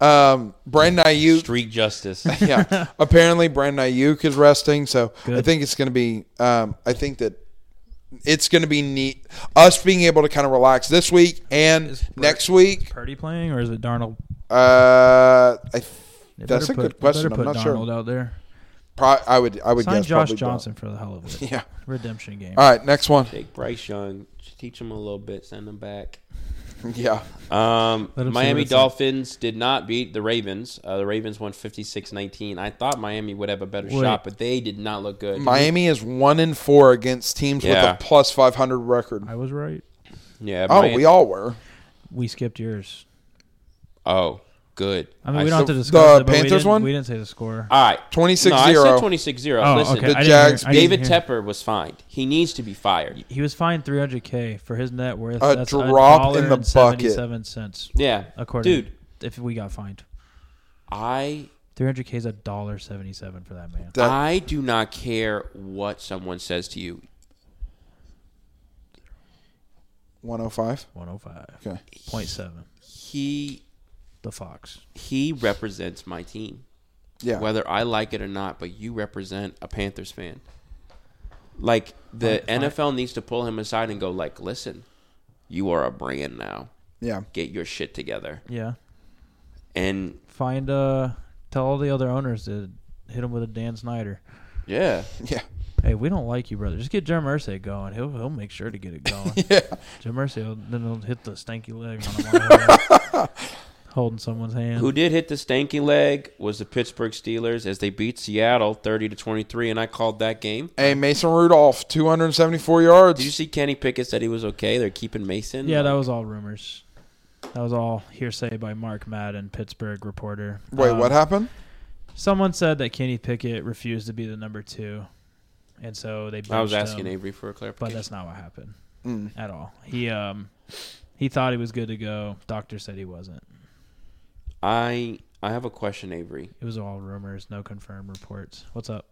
Um, Brandon Ayuk,
Street justice.
yeah. Apparently, Brandon Ayuk is resting, so I
Good.
think it's going to be. Um, I think that it's going to be neat us being able to kind of relax this week and
Is Bur-
next week.
Purdy playing or is it Darnold?
Uh, I th-
They
that's
better
a
put,
good
they
question.
Better
I'm
put
not
Darnold
sure.
out there.
Pro- I would. I would
Sign
guess
Josh
probably
Johnson for the hell of it.
Darnold. Yeah.
Redemption game.
All right. Next one.
Take Bryce Young. Teach him a little bit. Send him back.
Yeah.
Um,
Let him see what
Miami
it's like.
Dolphins did not beat the Ravens. Uh, the Ravens won 56 19. I thought Miami would have a better
Wait.
shot, but they did not look good.
Miami is one in four against teams
Yeah.
with a plus 500 record.
I was right.
Yeah.
Oh,
Miami-
we all were.
We skipped yours.
Oh, good.
I mean, we don't have
still-
to discuss
the
it, but we
Panthers
didn't-
one?
We didn't say the score.
All right.
26
No, I said
0.
26 0.
Oh,
Listen,
okay.
the
I didn't
Jags
hear- I didn't
David
hear.
Tepper was fined. He needs to be fired.
He was fined 300k for his net worth.
A
That's
drop in the
$1.77 Cents,
Yeah.
according,
Dude,
if we got fined,
I
300k is a dollar 77 for that man.
That-
I do not care what someone says to you.
105.
105.7.
Okay.
He
The Fox.
he represents my team.
Yeah.
whether I like it or not, but you represent a Panthers fan. Like the
Fine, fine.
NFL needs to pull him aside and go like, "Listen, you are a brand now.
yeah.
Get your shit together."
Yeah.
And
Find uh tell all the other owners to hit them with a Dan Snyder.
yeah,
Yeah.
Hey, we don't like you, brother. Just get Joe Mercy going. He'll he'll make sure to get it going.
Yeah.
Joe Mercy will, then he'll hit the stanky leg on him while they're holding someone's hand.
who did hit the stanky leg was the Pittsburgh Steelers as they beat Seattle 30 to 23 and I called that game.
Hey, Mason Rudolph, 274 yards.
Did you see Kenny Pickett said he was okay? They're keeping Mason.
yeah, that was all rumors. That was all hearsay by Mark Madden, Pittsburgh reporter.
Wait,
Um,
what happened?
Someone said that Kenny Pickett refused to be the number two, and so they.
I was
benched
asking
him,
Avery for a
but
clarification.
that's not what happened
Mm.
at all. He um, he thought he was good to go. Doctor said he wasn't.
I I have a question, Avery.
It was all rumors, no confirmed reports. What's up?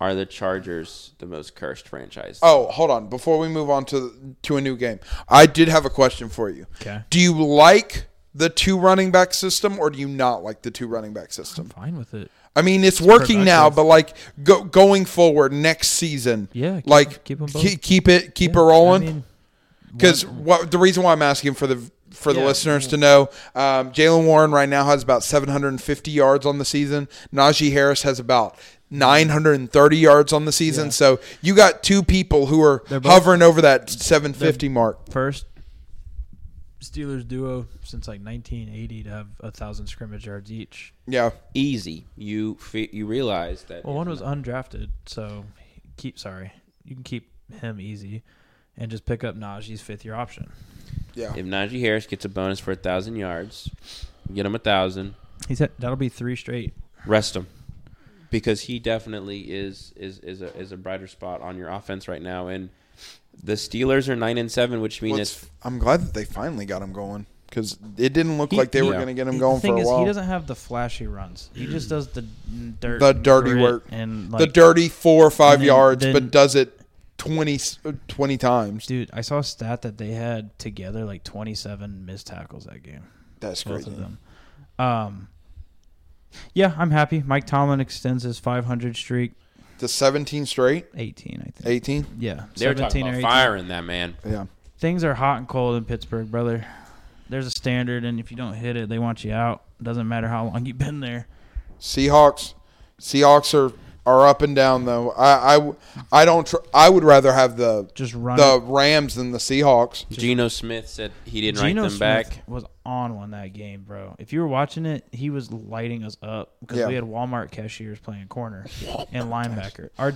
Are the Chargers the most cursed franchise?
Oh, hold on. Before we move on to to a new game, I did have a question for you.
Okay,
Do you like the two running back system, or do you not like the two running back
I'm
system?
fine with it.
I mean, it's working now,
productive.
but like go, going forward next season,
Yeah, keep-
like
keep
keep,
'em both.
keep, it keep
Yeah,
it rolling.
I mean,
because what the reason why I'm asking for the for the
Yeah. Mm-hmm.
listeners to know, um, Jalen Warren right now has about 750 yards on the season. Najee Harris has about 930 yards on the season.
Yeah.
So you got two people who are
They're both-
hovering over that 750 mark.
first Steelers duo since like 1980 to have a thousand scrimmage yards each.
Yeah,
easy. You fe- you realize that.
Well, one was undrafted, so keep sorry. You can keep him easy, and just pick up Najee's fifth year option.
yeah,
if Najee Harris gets a bonus for a thousand yards, get him a thousand.
He said that'll be three straight.
Rest him because he definitely is is is a is a brighter spot on your offense right now. And the Steelers are nine and seven, which means
Well,
it's
it's- I'm glad that they finally got him going because it didn't look
He-
like they were
yeah.
going to get
The
him going
thing
for a
is, he
while.
doesn't have the flashy runs. He just does the n- dirt,
The dirty
grit
work.
and
the
like,
dirty four or five
And then-
yards,
then-
but does it 20, s- 20 times.
Dude, I saw a stat that they had together like 27 missed tackles that game.
That's
both
crazy.
of them. Um, yeah, I'm happy. Mike Tomlin extends his 500 streak.
To 17 straight,
18, I think.
18.
Yeah,
they're
17
talking
or
about
18.
firing that man.
Yeah.
Things are hot and cold in Pittsburgh, brother. There's a standard, and if you don't hit it, they want you out. Doesn't matter how long you've been there.
Seahawks, Seahawks are are up and down though. I I, I don't. Tr- I would rather have the
Just run.
the Rams than the Seahawks.
Geno Smith said he didn't write
Geno
them
Smith
back.
was on one that game, bro. If you were watching it, he was lighting us up because
Yeah.
we had Walmart cashiers playing corner and linebacker. Our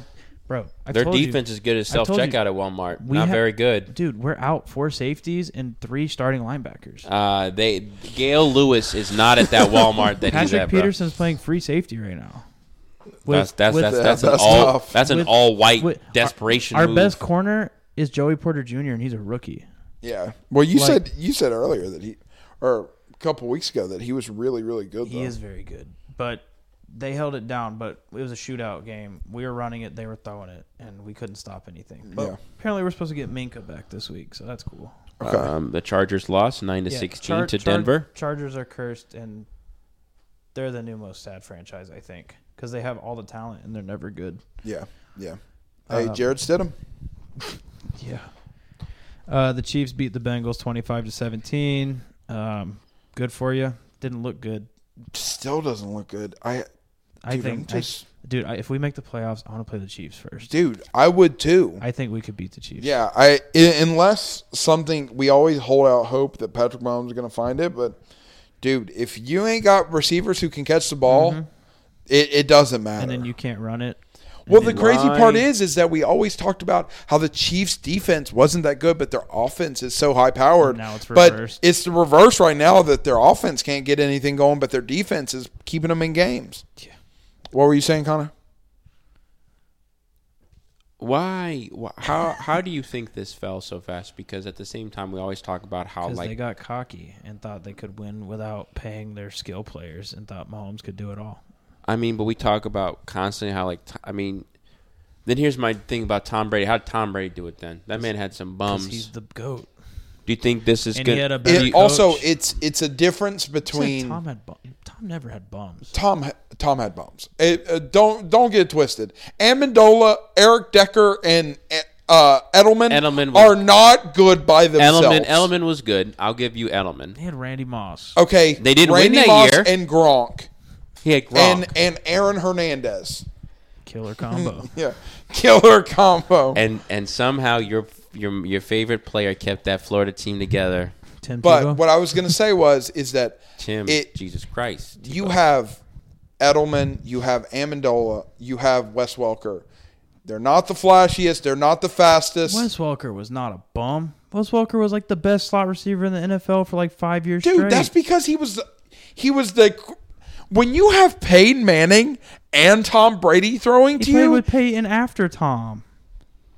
bro, I
Their
told you,
defense is good as
I told
self
you.
checkout at Walmart.
We
Not
ha-
very good.
dude, we're out four safeties and three starting linebackers.
Uh, they Gail Lewis is not at that Walmart that he's
Patrick
at. bro.
Peterson's playing free safety right now.
That's that's that's, that's,
That's
an all
tough.
that's an
With-
all white
with- our-
desperation.
our
move.
best corner is Joey Porter Jr. and he's a rookie.
Yeah. Well, you
Like-
said you said earlier that he or a couple weeks ago that he was really really good. Though.
He is very good, but they held it down. But it was a shootout game. We were running it, they were throwing it, and we couldn't stop anything. But
Yeah.
apparently, we're supposed to get Minka back this week, so that's cool.
Okay.
Um, the Chargers lost nine to
Yeah,
sixteen
Char-
to
Char-
Denver.
Chargers are cursed, and they're the new most sad franchise, I think, because they have all the talent and they're never good.
yeah. Yeah. Hey,
Uh,
Jared Stidham.
Yeah. Uh, the Chiefs beat the Bengals twenty-five to seventeen. Um, good for you. Didn't look good.
Still doesn't look good. I
I
Dude,
think,
I'm
I-
just-
dude, I, if we make the playoffs, I want to play the Chiefs first.
dude, I would too.
I think we could beat the Chiefs.
yeah, I i- unless something we always hold out hope that Patrick Mahomes is going to find it, but dude, if you ain't got receivers who can catch the ball, it, it doesn't matter.
Mm-hmm. and then you can't run it.
Well, the crazy part
Why?
is, is that we always talked about how the Chiefs' defense wasn't that good, but their offense is so high powered.
Now it's reversed.
But it's the reverse right now that their offense can't get anything going, but their defense is keeping them in games.
Yeah.
What were you saying, Connor?
Why? why? How? How do you think this fell so fast? Because at the same time, we always talk about how
Because they
like
got cocky and thought they could win without paying their skill players, and thought Mahomes could do it all.
I mean, but we talk about constantly how like t- I mean. Then here's my thing about Tom Brady. How did Tom Brady do it? Then that man had some
'Cause he's
bums.
the goat.
Do you think this is
And
good?
he had a bad
do
It,
you-
coach.
also, it's it's a difference between
Tom had bu- Tom never had bums.
Tom Tom had bums. It, uh, don't don't get it twisted. Amendola, Eric Decker, and uh, Edelman,
Edelman was-
are not good by themselves.
Edelman, Edelman was good. I'll give you Edelman.
They had Randy Moss.
Okay,
They did win
Randy
that
Moss
year.
and Gronk,
He had Gronk.
and and Aaron Hernandez.
Killer combo.
Yeah, killer combo.
and and somehow your your your favorite player kept that Florida team together.
Tim
but
Tebow.
what I was going to say was is that
Tim,
It-
Jesus Christ,
you have Edelman, you have Amendola, you have Wes Welker. They're not the flashiest. They're not the fastest.
Wes Welker was not a bum. Wes Welker was like the best slot receiver in the NFL for like five years
Dude,
straight.
that's because he was he was the when you have Peyton Manning and Tom Brady throwing to
he played
you,
with Peyton after Tom.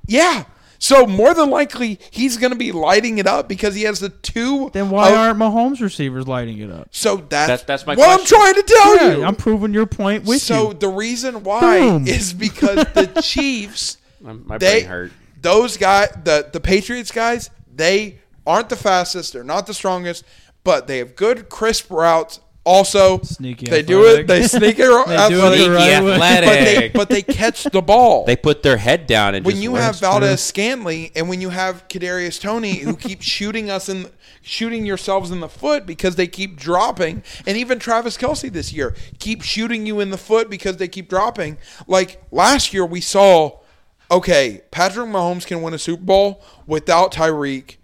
yeah. So more than likely he's going to be lighting it up because he has the two.
Then why
of-
aren't Mahomes receivers lighting it up?
so that's
That- that's my
what I'm
question.
trying to tell Oh, you.
Yeah, I'm proving your point with
so
you.
the reason why
Boom.
is because the Chiefs,
my, my
they
brain hurt.
those guys, the the Patriots guys, they aren't the fastest. They're not the strongest, but they have good crisp routes. Also,
Sneaky
they do it.
athletic.
They sneak it.
They do it
athletic.
the
Sneaky
right way.
athletic.
but they
Egg.
but they catch the ball.
They put their head down and
when
just
you
went.
have Valdez Scantley and when you have Kadarius Tony who keep shooting us in shooting yourselves in the foot because they keep dropping, and even Travis Kelsey this year keep shooting you in the foot because they keep dropping. Like last year, we saw, okay, Patrick Mahomes can win a Super Bowl without Tyreek.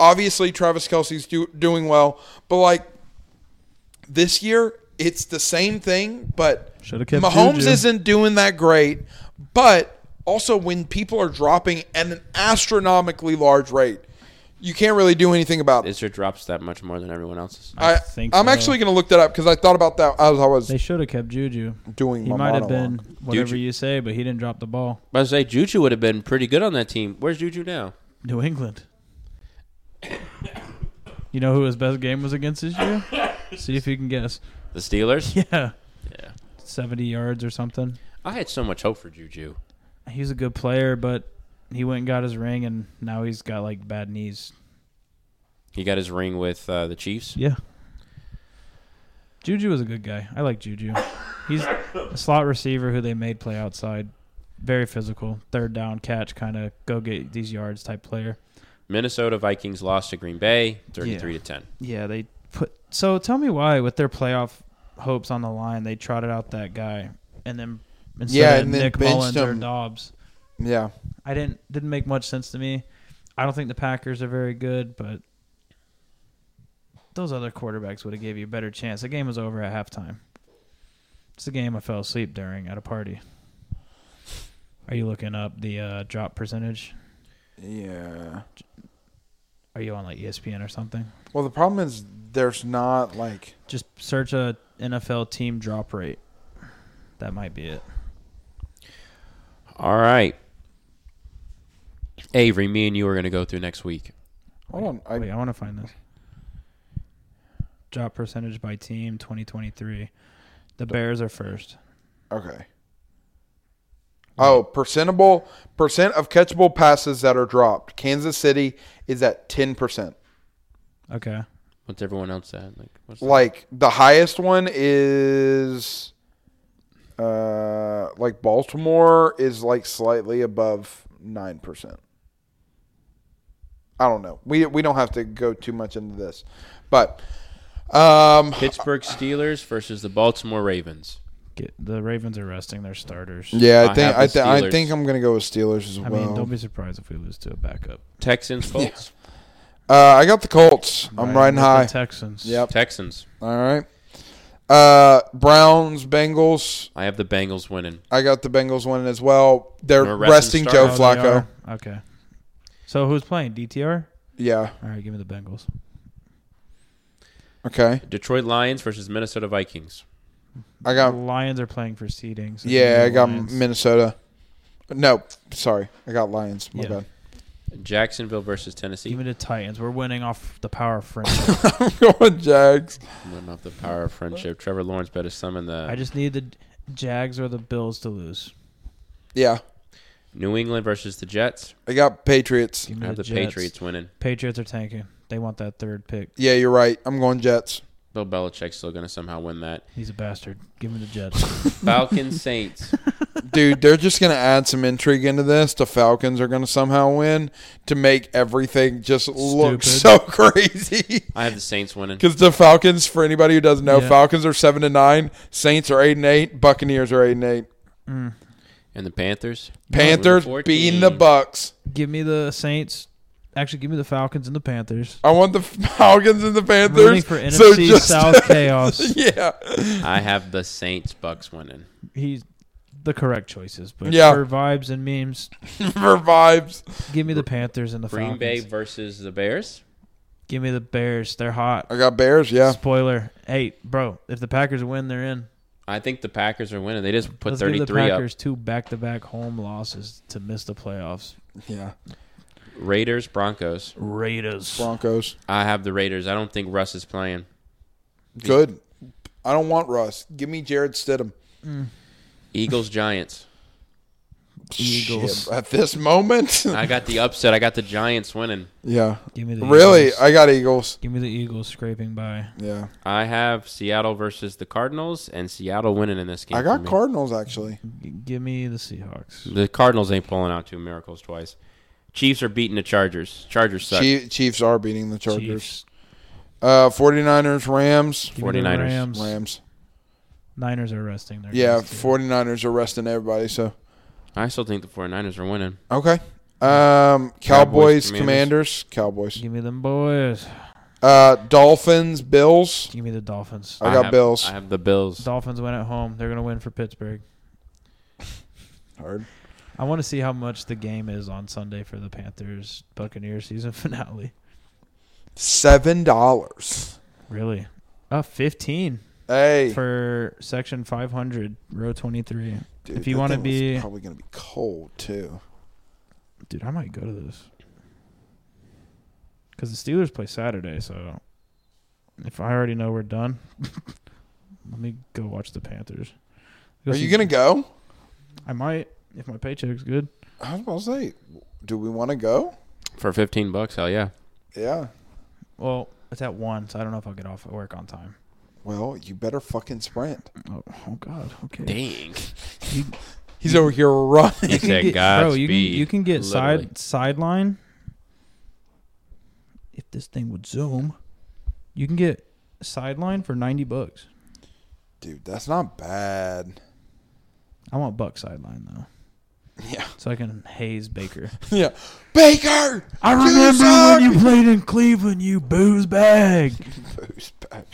Obviously, Travis Kelsey's do, doing well, but like this year it's the same thing, but
Shoulda kept
Mahomes
Juju.
isn't doing that great. But also when people are dropping at an astronomically large rate, you can't really do anything about it.
Is your drops that much more than everyone else's?
I,
think
I'm
so.
actually going to look that up because I thought about that as I was
They should have kept Juju.
doing
He
my
might have
monologue.
been whatever
Juju.
you say, but he didn't drop the ball.
I was say Juju would have been pretty good on that team. Where's Juju now?
New England. You know who his best game was against this year? See if you can guess.
The Steelers.
Yeah.
Yeah.
70 yards or something.
I had so much hope for Juju.
He was a good player, but he went and got his ring, and now he's got like bad knees.
He got his ring with uh, the Chiefs.
Yeah. Juju is a good guy. I like Juju. He's a slot receiver who they made play outside. Very physical. Third down catch, kind of go get these yards type player.
Minnesota Vikings lost to Green Bay, thirty-three
Yeah.
to ten.
Yeah, they put. So tell me why, with their playoff hopes on the line, they trotted out that guy, and then instead
Yeah,
of
and then
Nick
benched
Mullins or
him.
Dobbs.
Yeah.
I didn't didn't make much sense to me. I don't think the Packers are very good, but those other quarterbacks would have gave you a better chance. The game was over at halftime. It's the game I fell asleep during at a party. Are you looking up the uh, drop percentage?
Yeah.
Are you on like E ESPN or something?
Well, the problem is there's not like
Just search uh, a NFL team drop rate. That might be it.
All right, Avery, me and you are going to go through next week.
hold on. I,
Wait, I want to find this. Drop percentage by team 2023. The Bears are first.
Okay. Oh, percentable percent of catchable passes that are dropped. Kansas City is at ten percent.
Okay.
What's everyone else at? Like, what's that?
Like the highest one is, uh, like Baltimore is like slightly above nine percent. I don't know. We we don't have to go too much into this, but um,
Pittsburgh Steelers versus the Baltimore Ravens.
Get, the Ravens are resting their starters.
yeah,
I
I think
have
I,
the
th- I
Steelers.
think I'm gonna go with Steelers as
I
well.
mean, don't be surprised if we lose to a backup.
Texans, Colts,
uh, I got the Colts. I'm riding
with
high.
The Texans.
Yep.
Texans.
All right. Uh, Browns, Bengals.
I have the Bengals winning.
I got the Bengals winning as well. They're
We're
resting
resting
Joe
Oh, they
Flacco.
are? Okay. So who's playing? DTR?
Yeah.
All right, give me the Bengals.
Okay.
Detroit Lions versus Minnesota Vikings.
I got.
the Lions are playing for seeding. so give me
Yeah,
the
I got
Lions.
Minnesota. No, sorry, I got Lions. My
Yeah.
bad.
Jacksonville versus Tennessee.
Give me the Titans. We're winning off the power of French.
I'm going Jags.
Winning off the power of friendship. Trevor Lawrence better summon the
I just need the Jags or the Bills to lose.
Yeah,
New England versus the Jets.
I got Patriots.
Give me
I have
the,
the
Jets.
Patriots winning.
Patriots are tanking. They want that third pick.
Yeah, you're right. I'm going Jets.
Bill Belichick's still going to somehow win that.
He's a bastard. Give him the Jets.
Falcons Saints.
Dude, they're just going to add some intrigue into this. The Falcons are going to somehow win to make everything just look
Stupid.
so crazy.
I have the Saints winning.
Because the Falcons, for anybody who doesn't know,
Yeah.
Falcons are seven and nine, Saints are eight and eight, Buccaneers are eight and eight,
Mm.
And the Panthers.
Panthers
Number 14.
beating the Bucks.
give me the Saints. Actually, give me the Falcons and the Panthers.
I want the Falcons and the
Rooting
Panthers.
for NFC
so just-
South chaos.
yeah,
I have the Saints Bucks winning.
He's the correct choices, but
Yeah.
for vibes and memes,
for vibes.
give me the Panthers and the
Green
Falcons.
Bay versus the Bears.
Give me the Bears. They're hot.
I got Bears. Yeah,
Spoiler. Hey, bro, if the Packers win, they're in.
I think the Packers are winning. They just put
Let's give the
33 up.
Packers two back-to-back home losses to miss the playoffs.
yeah.
Raiders Broncos.
Raiders.
Broncos.
I have the Raiders. I don't think Russ is playing.
Good. I don't want Russ. Give me Jared Stidham.
Eagles Giants.
Eagles.
Shit, at this moment.
I got the upset. I got the Giants winning.
yeah.
Give me the
Really,
Eagles.
I got Eagles.
Give me the Eagles scraping by.
Yeah,
I have Seattle versus the Cardinals and Seattle winning in this game.
I
for
got
me.
Cardinals actually.
G- give me the Seahawks.
The Cardinals ain't pulling out two miracles twice. Chiefs are beating the Chargers. Chargers suck.
Chief, Chiefs are beating the Chargers.
Chiefs.
Uh, 49ers, Rams,
Give me the
49ers.
Rams.
Rams.
Niners are resting. Their
Yeah,
guys, too.
49ers are resting everybody. So
I still think the 49ers are winning.
okay. Um, Cowboys,
Cowboys,
Commanders, Cowboys.
Give me them boys.
Uh, Dolphins, Bills.
Give me the Dolphins.
I got
have-
Bills.
I have the Bills.
Dolphins win at home. They're gonna win for Pittsburgh.
Hard.
I want to see how much the game is on Sunday for the Panthers Buccaneers season finale.
Seven dollars.
Really? Uh, 15
Hey,
for section 500, row 23.
dude,
if you
that
wanna
thing was
be-
probably gonna be cold too.
Dude, I might go to this. Because the Steelers play Saturday, so if I already know we're done, let me go watch the Panthers. Go
Are
see-
you gonna go?
I might, if my paycheck's good.
I was about to say, do we want to go?
For 15 bucks, hell yeah.
Yeah.
Well, it's at 1, so I don't know if I'll get off at work on time.
Well, you better fucking sprint.
Oh, oh God. Okay.
Dang.
He's over here running.
He said
bro, you can,
Godspeed,
you can get
literally.
side sideline. If this thing would zoom, you can get sideline for ninety bucks.
Dude, that's not bad.
I want buck sideline though,
Yeah.
so I can haze Baker.
Yeah. Baker!
I
You
remember
suck!
when you played in Cleveland, you booze bag.
Who's back?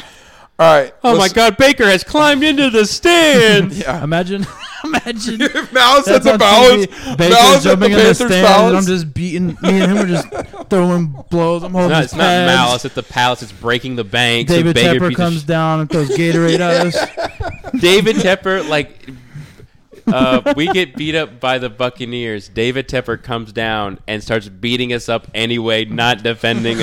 All right.
Oh my
let's-
God, Baker has climbed into the stand.
Yeah.
Imagine, imagine.
Mouse at
That's
the
on
balance.
TV. Baker's
Mouse at the
jumping in the
Panthers
stand, and I'm
balance.
just beating. Me and him are just throwing blows. I'm holding
No,
his
it's not
pads.
malice at the palace. It's breaking the bank. so
David
Baker
Tepper
beats the
comes down and throws Gatorade at us.
David Tepper, like, uh, we get beat up by the Buccaneers. David Tepper comes down and starts beating us up anyway, not defending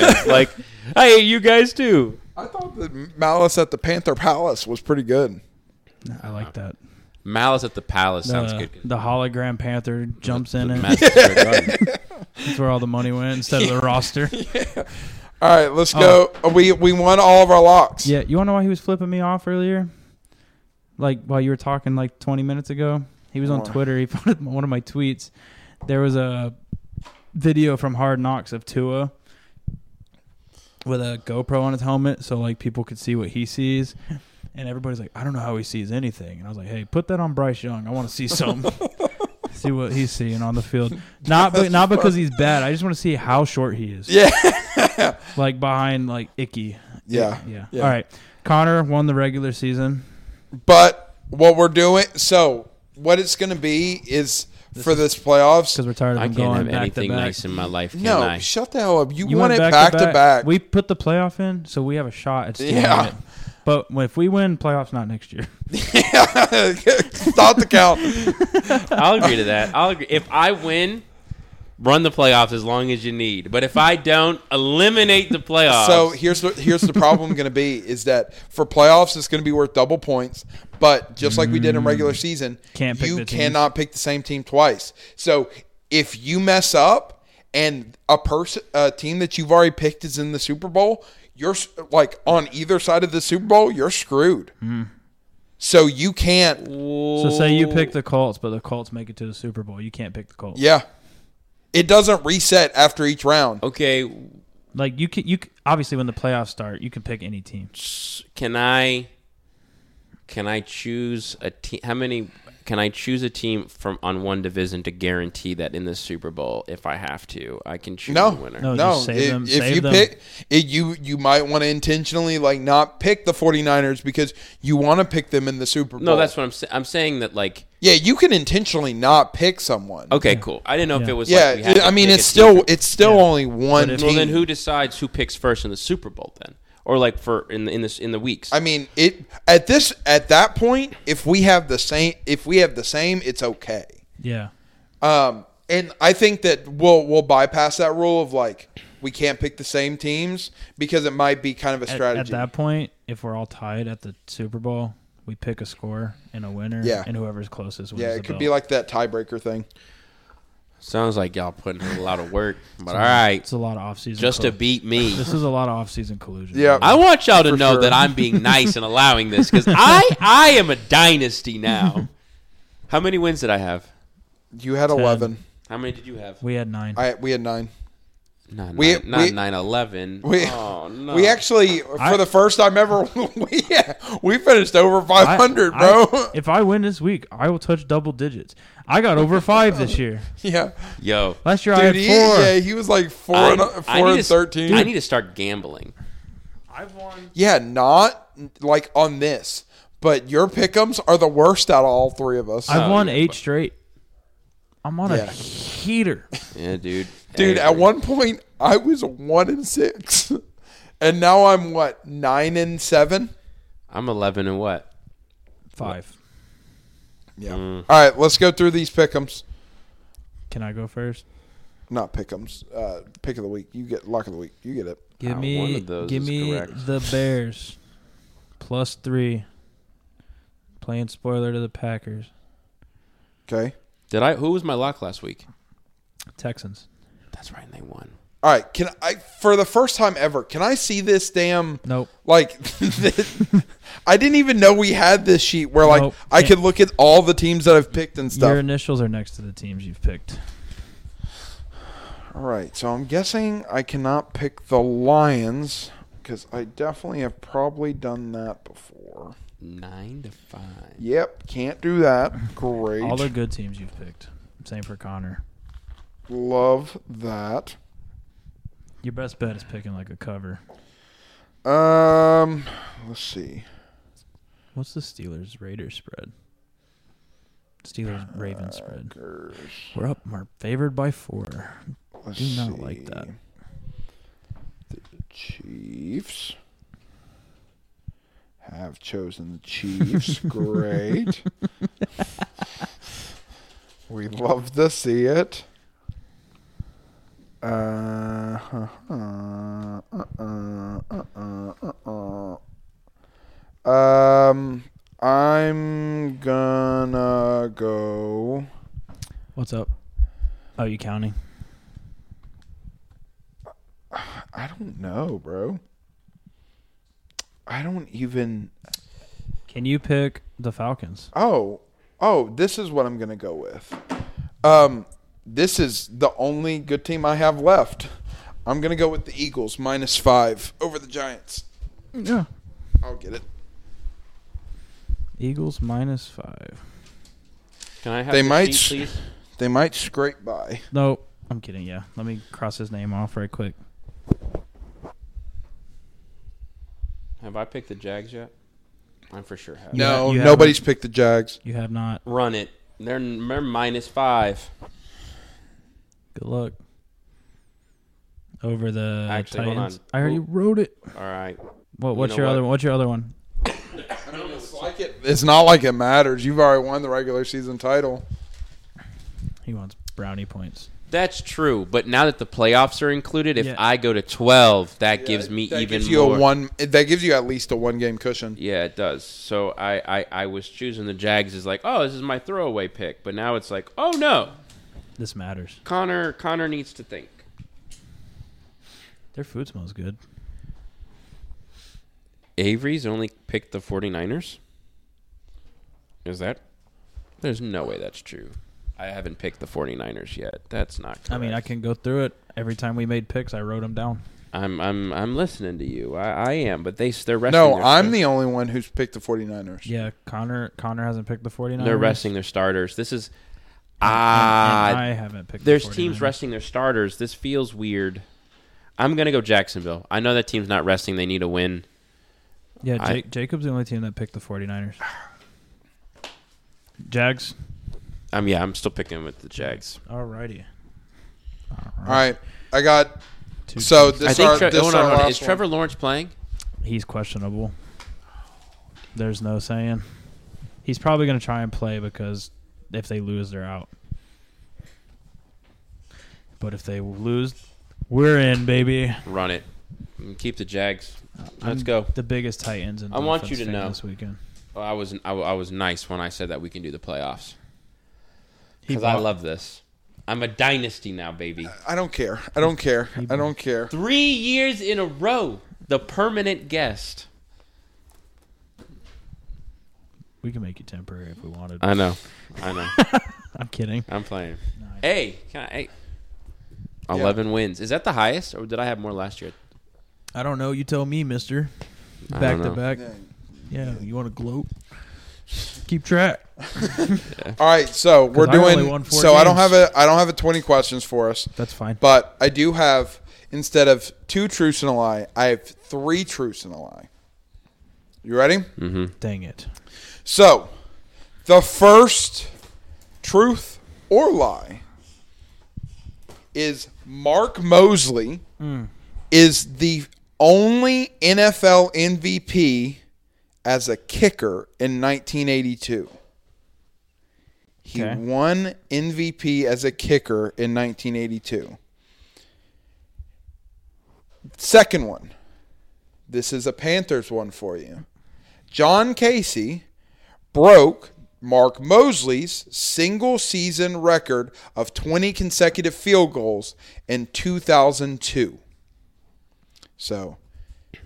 us. Like, I hate you guys too.
I thought the malice at the Panther Palace was pretty good.
I like that.
Malice at the Palace sounds
the,
good.
Uh, The hologram panther jumps in and
Madison Square Garden.
that's where all the money went instead of the roster.
All right, let's go. Uh, We we won all of our locks.
Oh. Yeah, you wanna know why he was flipping me off earlier? Like while you were talking like twenty minutes ago? He was on
Why?
Twitter, he found one of my tweets. There was a video from Hard Knocks of Tua with a GoPro on his helmet so like people could see what he sees. And everybody's like, I don't know how he sees anything. And I was like, Hey, put that on Bryce Young. I want to see something. see what he's seeing on the field. Not but not because he's bad. I just want to see how short he is.
Yeah.
Like behind like Icky.
Yeah.
Yeah.
Yeah.
All right. Connor won the regular season.
But what we're doing, so what it's going to be is for this playoffs.
because we're tired of
I
them
can't
going
have
back
anything
to back.
nice in my life, can
No,
I?
shut the hell up. You,
You
want
went
it back to back.
We put the playoff in, so we have a shot at stealing
Yeah.
it. But when- if we win, playoffs not next year.
Stop the count.
I'll agree to that. I'll agree. If I win, run the playoffs as long as you need. But if I don't, eliminate the playoffs.
Uh,
So here's the, here's the problem going to be is that for playoffs it's going to be worth double points, but just like we did in regular season,
Mm. Can't pick
you
the teams.
cannot pick the same team twice. So if you mess up and a person a team that you've already picked is in the Super Bowl, you're s- like on either side of the Super Bowl, you're screwed.
Mm.
So you can't.
So say you pick the Colts, but the Colts make it to the Super Bowl. You can't pick the Colts.
Yeah, it doesn't reset after each round.
Okay,
Like you can you c- obviously when the playoffs start, you can pick any team.
can I can I choose a team? How many can I choose a team from on one division to guarantee that in the Super Bowl, if I have to, I can choose
No.
a winner?
No,
No,
just save
if,
them.
if
save
you
them.
pick it, you you might want to intentionally like not pick the 49ers because you want to pick them in the Super Bowl.
No, that's what I'm saying. I'm saying that like
yeah. You can intentionally not pick someone.
okay, cool. I didn't know if
Yeah.
it was
Yeah,
Like we had to
I mean
pick
it's
a team
still
from-
it's still
Yeah.
only one
if-
team.
well. Then who decides who picks first in the Super Bowl then, or like for in the, in this in the weeks?
I mean, it at this at that point, if we have the same, if we have the same, it's okay.
Yeah.
Um, and I think that we'll we'll bypass that rule of like we can't pick the same teams because it might be kind of a
At,
strategy.
at that point, if we're all tied at the Super Bowl, we pick a score and a winner.
Yeah.
And whoever's closest wins.
yeah,
the
it could
belt.
be like that tiebreaker thing.
Sounds like y'all putting in a lot of work, but all right,
It's a lot of offseason.
just to
collu-
beat me.
This is a lot of offseason collusion.
Yeah.
I want y'all to
For
know
sure.
that I'm being nice and allowing this because I I am a dynasty now. How many wins did I have?
You had eleven.
How many did you have?
We had nine.
I we had nine.
Not
we-
nine, not
we-
nine eleven.
we-
oh no.
We actually, for
I-
the first time ever, we we finished over
I-
five hundred,
I-
bro.
if I win this week, I will touch double digits. I got over five this year.
yeah,
yo.
Last year I
dude.
had
He,
four.
yeah, he was like four
I-
and
I
four
need
and
to s-
thirteen.
I need to start gambling.
I've won.
Yeah, not like on this, but your pickums are the worst out of all three of us.
I've
Oh,
won
yeah,
eight
but-
straight. I'm on
Yeah.
a heater.
Yeah, dude.
Dude,
Hey,
at one point I was one and six, and now I'm what nine and seven.
I'm eleven and what?
Five.
Yeah.
Mm.
All right, let's go through these pickums.
Can I go first?
Not pickums. Uh, pick of the week. You get lock of the week. You get it.
Give
Uh,
me,
one of those
give
is
me
correct.
the Bears plus three. Playing spoiler to the Packers,
Okay.
Did I? Who was my lock last week?
Texans.
That's right, and they won.
All right. Can I for the first time ever? Can I see this damn?
Nope.
Like, I didn't even know we had this sheet where like
Nope.
I could look at all the teams that I've picked and stuff.
Your initials are next to the teams you've picked.
All right, so I'm guessing I cannot pick the Lions because I definitely have probably done that before.
Nine to five.
Yep, can't do that. Great.
All the good teams you've picked. Same for Connor.
Love that.
Your best bet is picking like a cover.
Um, let's see.
What's the Steelers Raiders spread? Steelers Ravens spread.
Packers,
We're up. We're favored by four.
Let's
Do not like that.
see. The Chiefs have chosen the Chiefs. Great. we love to see it. Uh, uh, uh, uh, uh, uh. Um, I'm gonna go.
What's up? Oh, you counting?
I don't know, bro. I don't even.
Can you pick the Falcons?
Oh, oh, this is what I'm gonna go with. Um, this is the only good team I have left. I'm gonna go with the Eagles minus five over the Giants.
Yeah.
I'll get it.
Eagles minus five.
Can I have
They
the
might s-
sheet, please?
They might scrape by.
Nope. I'm kidding. Yeah. Let me cross his name off right quick.
Have I picked the Jags yet? I for sure have.
No,
you have
nobody's picked the Jags.
You have not.
Run it. They're, they're minus five.
Good luck. Over the
Actually, hold
Titans.
on.
I already
Who-
wrote it.
All right.
What? What's
know
your
what?
other? What's your other one?
It's, like it, it's not like it matters. You've already won the regular season title.
He wants brownie points.
That's true, but now that the playoffs are included, if
Yeah.
I go to twelve, that gives
Yeah,
me
that
even
gives you
more.
a one. That gives you at least a one game cushion.
Yeah, it does. So I, I, I was choosing the Jags as like, oh, this is my throwaway pick, but now it's like, oh no,
This matters.
Connor Connor needs to think.
Their food smells good.
Avery's only picked the 49ers? Is that? There's no way that's true. I haven't picked the 49ers yet. That's not correct.
I mean, I can go through it. Every time we made picks, I wrote them down.
I'm I'm I'm listening to you. I, I am, but they s- they're resting.
No,
their
I'm
start-
the only one who's picked the 49ers.
Yeah, Connor Connor hasn't picked the 49ers.
They're resting their starters. This is
Oh, and-
ah.
and I haven't picked.
there's
the 49ers.
teams resting their starters. This feels weird. I'm gonna go Jacksonville. I know that team's not resting. They need a win.
Yeah,
I-
Jake, Jacob's the only team that picked the 49ers. Jags.
Um, yeah, I'm still picking with the Jags.
Alrighty.
All right, I got
Two
so
teams.
I
this
think
our,
Tre- oh,
this
hold
our
on, hold on.
last
is Trevor Lawrence playing?
he's questionable. There's no saying. He's probably going to try and play because if they lose, they're out. But if they lose, we're in, baby.
Run it. Keep the Jags. Let's
Uh, I'm
go.
The biggest Titans and
I want you to know.
this weekend.
Oh, I was I, I was nice when I said that we can do the playoffs
He
because I
bought-
love this. I'm a dynasty now, baby.
one. I don't care. I don't care. I don't care.
Three years in a row, the permanent guest.
We can make you temporary if we wanted.
I know, I know.
I'm kidding.
I'm playing. Hey, can I? Hey.
Yeah.
Eleven wins. Is that the highest, or did I have more last year?
I don't know. You tell me, Mister.
I
Back
don't
to
know.
back. Yeah, you want to gloat? Keep track.
All right, so we're
'Cause I only
doing.
won four
So I don't
games.
have a I don't have a 20 questions for us,
That's fine.
but I do have instead of two truths and a lie, I have three truths and a lie. You ready?
Dang it.
So, the first truth or lie is Mark Mosley is the only NFL MVP as a kicker in 1982. He
Okay.
won MVP as a kicker in 1982. Second one. This is a Panthers one for you. John Casey broke Mark Mosley's single season record of 20 consecutive field goals in 2002. So,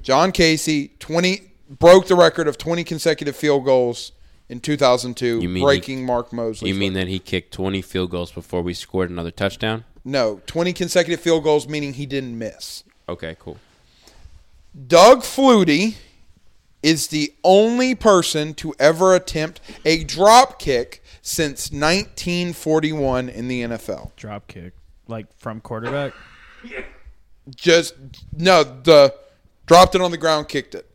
John Casey 20 broke the record of 20 consecutive field goals in 2002,
You mean he-
breaking Mark Mosley.
You mean that he kicked 20 field goals before we scored another touchdown?
no, 20 consecutive field goals meaning he didn't miss.
Okay, cool.
Doug Flutie is the only person to ever attempt a drop kick since 1941 in the NFL.
Drop kick, like from quarterback.
Just no, the dropped it on the ground, kicked it.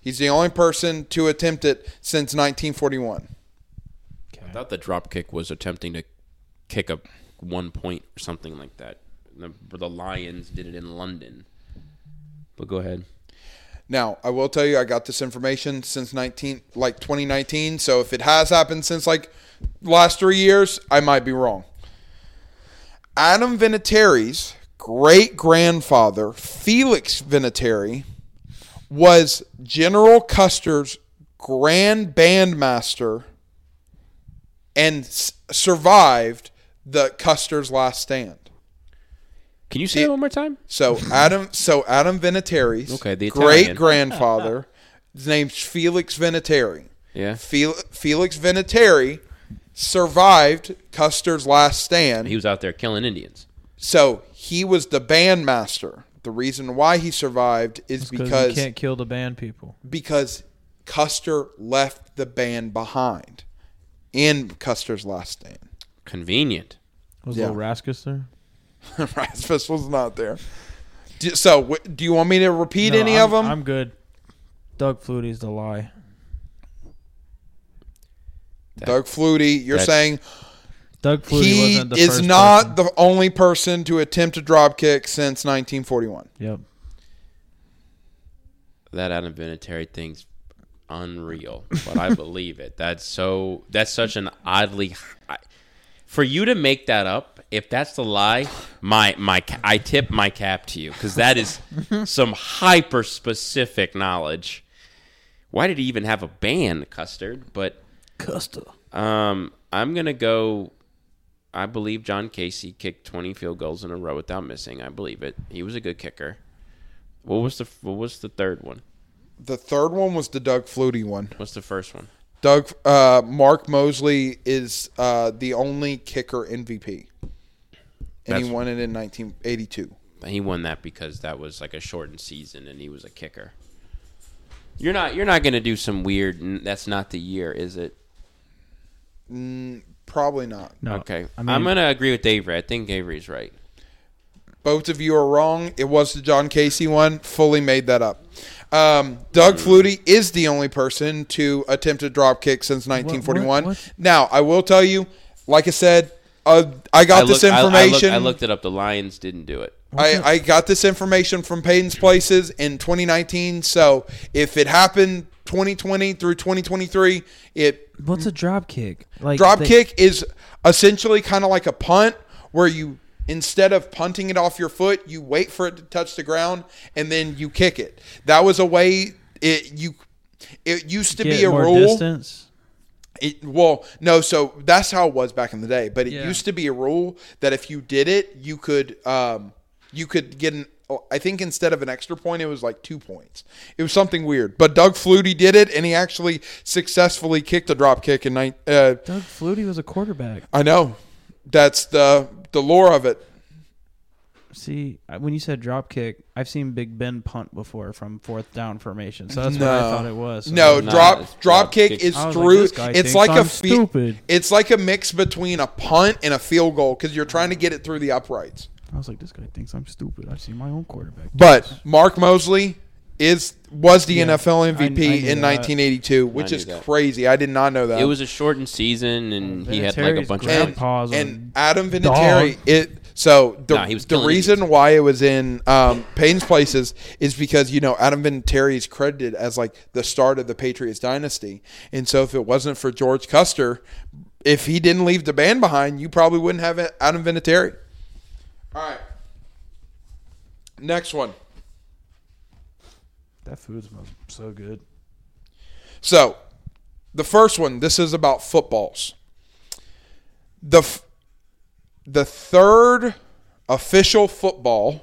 He's the only person to attempt it since 1941.
I
Okay.
thought the drop kick was attempting to kick a one point or something like that. The, the Lions did it in London. But go ahead.
Now, I will tell you, I got this information since 19, like 2019. So if it has happened since like last three years, I might be wrong. Adam Vinatieri's great grandfather, Felix Vinatieri, was General Custer's grand bandmaster and s- survived the Custer's last stand.
Can you say it one more time?
So Adam, so Adam Vinatieri's
Okay, the
great
Italian.
grandfather, his name's Felix Vinatieri.
Yeah.
Fel- Felix Vinatieri survived Custer's last stand.
He was out there killing Indians.
so he was the bandmaster. The reason why he survived is
Because you
because
can't kill the band people.
because Custer left the band behind in Custer's last stand.
Convenient.
Was
Yeah.
Lil Raskus there?
Rasmus was not there. Do- So, wh- do you want me to repeat
No,
any
I'm,
of them?
I'm good. Doug Flutie's the lie.
Doug Flutie, you're
that's-
saying
Doug Flutie
he
wasn't the
is
first
not
person.
the only person to attempt a drop kick since 1941.
Yep.
That Adam Vinatieri thing's unreal, but I believe it. That's so. That's such an oddly. I, for you to make that up, if that's the lie, my my ca- I tip my cap to you because that is some hyper specific knowledge. Why did he even have a band, Custard? But
Custer.
um, I'm gonna go. I believe John Casey kicked 20 field goals in a row without missing. I believe it. He was a good kicker. What was the What was the third one?
The third one was the Doug Flutie one.
What's the first one?
Doug uh, Mark Mosley is uh, the only kicker MVP, and
That's-
he won it in 1982.
He won that because that was like a shortened season, and he was a kicker. You're not. You're not going to do some weird. "N- That's not the year, is it?
Probably not.
No.
Okay.
I mean,
I'm going to agree with Avery. I think Avery's right.
Both of you are wrong. It was the John Casey one. Fully made that up. Um, Doug Flutie is the only person to attempt a drop kick since 1941.
what-
Now, I will tell you, like I said, uh, I got
I
this
looked- I- I looked-
information.
I, looked it up. The Lions didn't do it.
I, I got this information from Payton's Places in 2019. So if it happened 2020 through 2023, it
what's a drop kick? Like
drop
they-
kick is essentially kind of like a punt where you instead of punting it off your foot, you wait for it to touch the ground and then you kick it. That was a way it you it used to
get
be a
more
rule.
Distance.
It, well, no, so that's how it was back in the day. But it
Yeah.
used to be a rule that if you did it, you could um, you could get an. I think instead of an extra point, it was like two points. It was something weird. But Doug Flutie did it, and he actually successfully kicked a drop kick in nine. Uh,
Doug Flutie was a quarterback.
I know that's the the lore of it.
See, I- when you said drop kick, I've seen Big Ben punt before from fourth down formation, so that's what I
No.
thought it was. So
No,
Nah, it's
drop drop
drop
kick
kick.
is
I was like,
through.
this guy
it's
thinks
like a
I'm
fe-
stupid.
It's like a mix between a punt and a field goal because you're trying to get it through the uprights.
I was like, this guy thinks I'm stupid. I've seen my own quarterback.
But Mark Mosley is was the
Yeah,
NFL
I- I
MVP
knew
in
that.
1982, which
knew
is
that.
crazy. I did not know that.
It was a shortened season, and he had like a
Vinatieri's
bunch
Oh, great.
of.
and,
points.
Grandpa's
and
on
Adam Vinatieri. It so the,
Nah, he was
the
killing
reason why it was in um, Payne's places is because you know Adam Vinatieri is credited as like the start of the Patriots dynasty, and so if it wasn't for George Custer, if he didn't leave the band behind, you probably wouldn't have Adam Vinatieri. All right, next one.
That food smells so good.
So, the first one, this is about footballs. The f- the third official football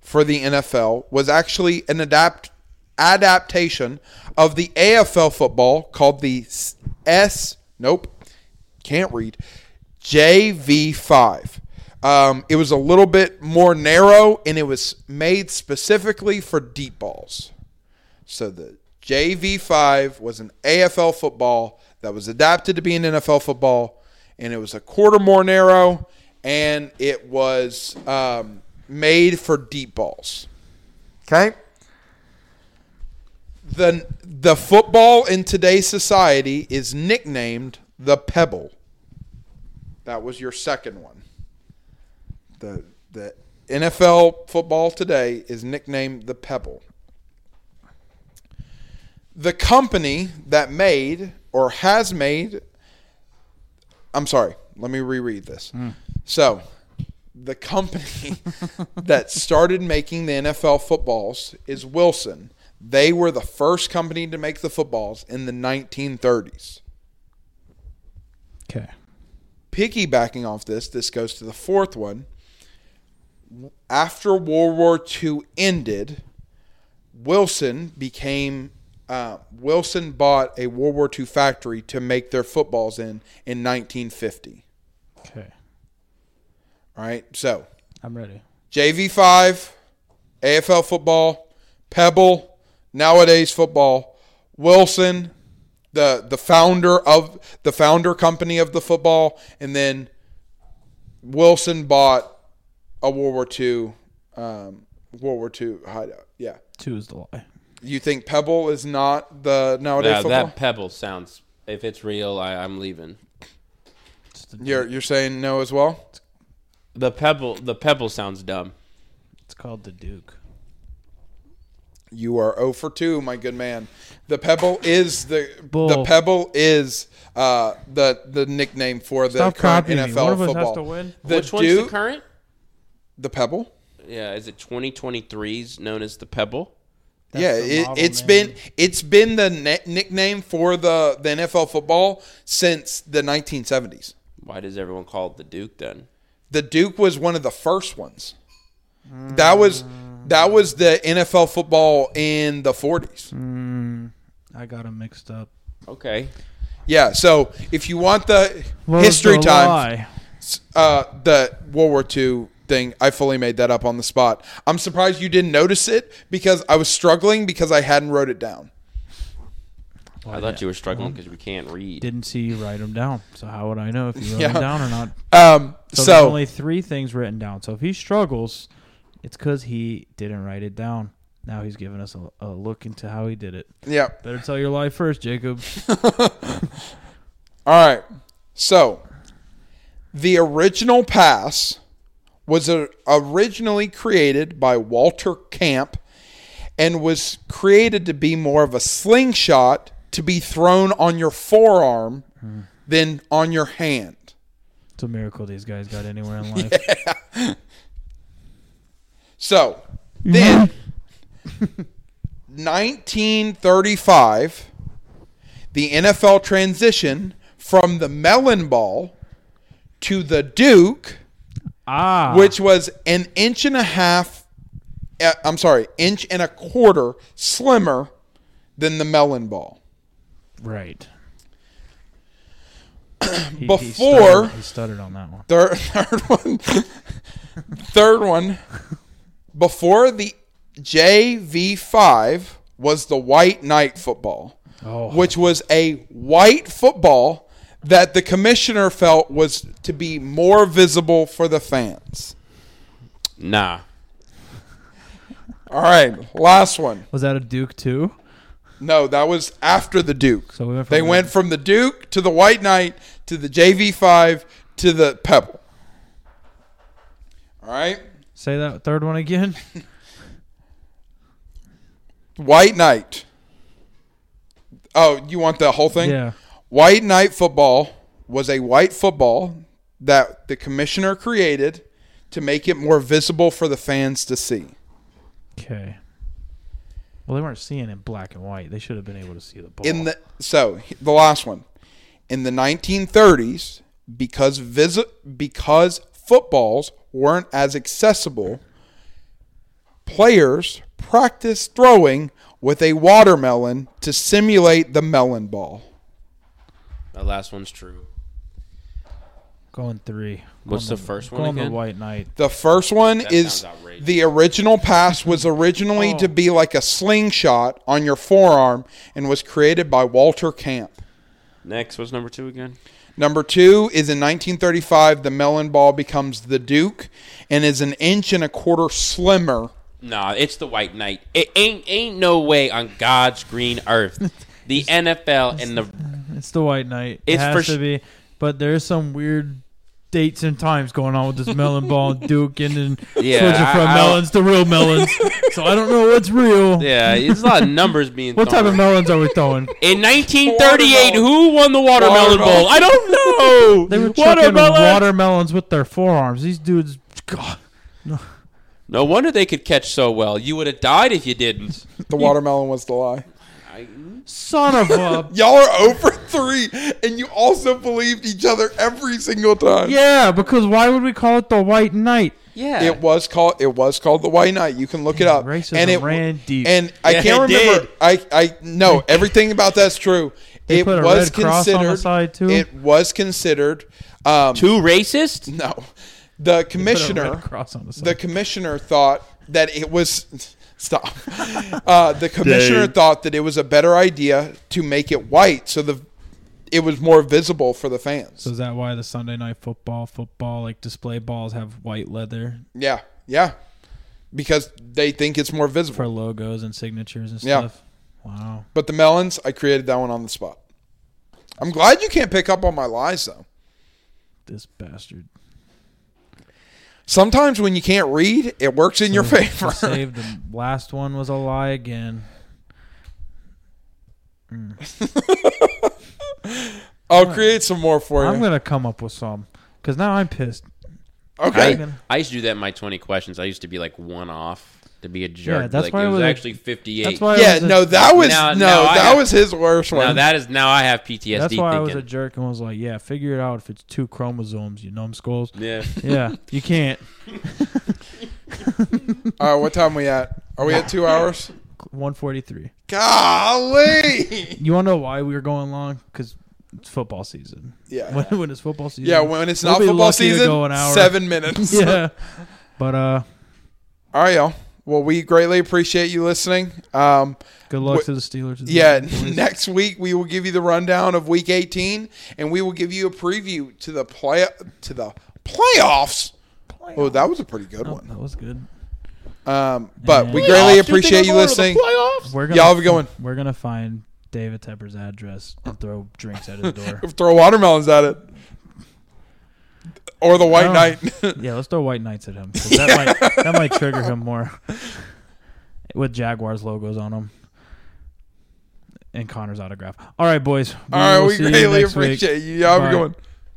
for the NFL was actually an adapt adaptation of the AFL football called the S, S nope, can't read. JV5. Um, it was a little bit more narrow and it was made specifically for deep balls. So the JV5 was an AFL football that was adapted to be an NFL football, and it was a quarter more narrow, and it was um, made for deep balls. Okay. The, the football in today's society is nicknamed the pebble. That was your second one. The, the NFL football today is nicknamed the pebble the company that made or has made I'm sorry, let me reread this. So, the company that started making the NFL footballs is Wilson. They were the first company to make the footballs in the 1930s.
Okay.
Piggybacking off this, this goes to the fourth one. After World War II ended, Wilson became uh, Wilson bought a World War II factory to make their footballs in in 1950.
Okay.
All right, so
I'm ready.
JV5, AFL football, Pebble, nowadays football, Wilson, the the founder of the founder company of the football, and then Wilson bought a World War II, um, World War II hideout. Yeah,
Two is the lie.
you think Pebble is not the nowadays
Now,
football?
that pebble sounds. If it's real, I, I'm leaving.
It's, the,
you're you're saying no as well.
The pebble. The pebble sounds dumb.
it's called the Duke.
You are 0 for 2, my good man. The Pebble is the the
Bull.
Pebble is uh, the the nickname for the
Stop
current
copying
NFL
me. One of us
football.
has to win.
The
Which one's
Duke,
the current?
the Pebble.
Yeah, is it 2023's known as the pebble?
That's
yeah,
the
it,
model
it's
name.
been it's been the ne- nickname for the the NFL football since the 1970s.
Why does everyone call it the Duke then?
The Duke was one of the first ones. That was That was the NFL football in the 40s.
Mm, I got them mixed up.
Okay.
Yeah, so if you want the
What was
history
the
time,
lie?
uh, the World War II thing, I fully made that up on the spot. I'm surprised you didn't notice it because I was struggling because I hadn't wrote it down.
Oh,
I thought you were
Mm-hmm.
struggling because we can't read.
Didn't see you write them down, so how would I know if you wrote
Yeah.
them down or not?
Um,
So,
so
there's only three things written down. So if he struggles, it's because he didn't write it down. Now he's giving us a, a look into how he did it.
yeah.
Better tell your lie first, Jacob.
All right. So the original pass was uh originally created by Walter Camp and was created to be more of a slingshot to be thrown on your forearm than on your hand.
It's a miracle these guys got anywhere in life.
So then, 1935, the NFL transition from the melon ball to the Duke,
Ah,
which was an inch and a half, uh, I'm sorry, inch and a quarter slimmer than the melon ball.
right. He- he
Before-
stuttered- he stuttered on that one.
Third, third one. third one. Before the JV5 was the white knight football,
Oh.
which was a white football that the commissioner felt was to be more visible for the fans.
Nah.
All right, last one.
Was that a Duke too?
No, that was after the Duke.
So we went from
they
the-
went from the Duke to the White Knight to the JV5 to the Pebble. All right.
Say that third one again.
White Knight. Oh, you want the whole thing?
Yeah.
White Knight football was a white football that the commissioner created to make it more visible for the fans to see.
Okay. Well, they weren't seeing it black and white. They should have been able to see the ball.
In the so the last one, in the 1930s, because visi- because footballs weren't as accessible, players practiced throwing with a watermelon to simulate the melon ball.
That last one's true.
going three.
What's
Going
the first one
Going the
again?
White Knight.
The first one
That
is
sounds outrageous.
the original pass was originally
Oh.
to be like a slingshot on your forearm and was created by Walter Camp.
Next was number two again.
Number two is in 1935, the melon ball becomes the Duke and is an inch and a quarter slimmer.
Nah, it's the White Knight. It ain't ain't no way on God's green earth. The NFL and the
It's the White Knight. It
It's
has
for
to
sh-
be. But there's some weird dates and times going on with this melon ball and Duke and then
Yeah,
switching
I-
from
I-
melons to real melons. so I don't know what's real.
yeah, it's a lot of numbers being.
What
thrown
type of
around.
melons are we throwing?
In 1938,
Watermelon.
who won the watermelon
Watermelon.
bowl? I don't know.
They were chucking
watermelon.
watermelons with their forearms. These dudes. God.
No wonder they could catch so well. You would have died if you didn't.
The watermelon was the lie.
Son of a.
Y'all are over three, and you also believed each other every single time.
yeah, because why would we call it the White Knight?
Yeah.
It was called it was called the White Knight. You can look it up.
Racism
and it
ran deep.
And I
Yeah,
can't
it
remember. I I no everything about that's true.
They
it
put a
was
red cross on the
considered.
side, too?
It was considered. Um,
Too racist?
no, the
Put a red
commissioner.
cross on the side.
The commissioner thought that it was. Stop. Uh, the commissioner
Dang.
thought that it was a better idea to make it white, so the it was more visible for the fans.
So is that why the Sunday night football football like display balls have white leather
yeah, yeah, because they think it's more visible.
for logos and signatures and
Yeah.
stuff? Wow.
But the melons, I created that one on the spot. I'm glad you can't pick up on my lies though.
This bastard.
Sometimes when you can't read, it works in your favor.
Saved the last one was a lie again.
I'll create some more for you.
I'm gonna come up with some because now I'm pissed.
okay.
Right.
I used to do that in my 20 questions. I used to be like one off to be a jerk.
Yeah, that's
like,
why
it was
we-
actually 58.
That's why. I
yeah,
was a,
no, that was
Now-
no,
now I
that
have-
was his worst one.
Now that is now I have PTSD
That's why I was a
thinking.
jerk and was like, "Yeah, figure it out if it's two chromosomes, you numbskulls."
yeah.
yeah, you can't.
All right, Uh, what time we at? Are we at two hours?
143.
Golly!
You want to know why we were going long? Because it's football season.
Yeah.
When, when it's football season.
Yeah, when it's
We'll
not
be
football
lucky to
season,
go an hour.
seven minutes.
yeah. But uh,
All right, y'all. Well, we greatly appreciate you listening. Um,
good luck
Wait,
to the Steelers. and the
yeah,
Cowboys.
next week we will give you the rundown of Week 18, and we will give you a preview to the play to the playoffs. Oh, that was a pretty good
Oh,
one.
that was good.
Um, but we
Playoffs?
greatly appreciate you listening.
We're
Y'all have a good one.
We're gonna find David Tepper's address and throw drinks at his door.
Throw watermelons at it, or the White
No.
Knight.
yeah, let's throw white knights at him. 'cause That might that might trigger him more. With Jaguars logos on them. And Connor's autograph. All right, boys.
All right,
will
we
see you
greatly
next week.
appreciate you. Y'all have a
Bye.
good one.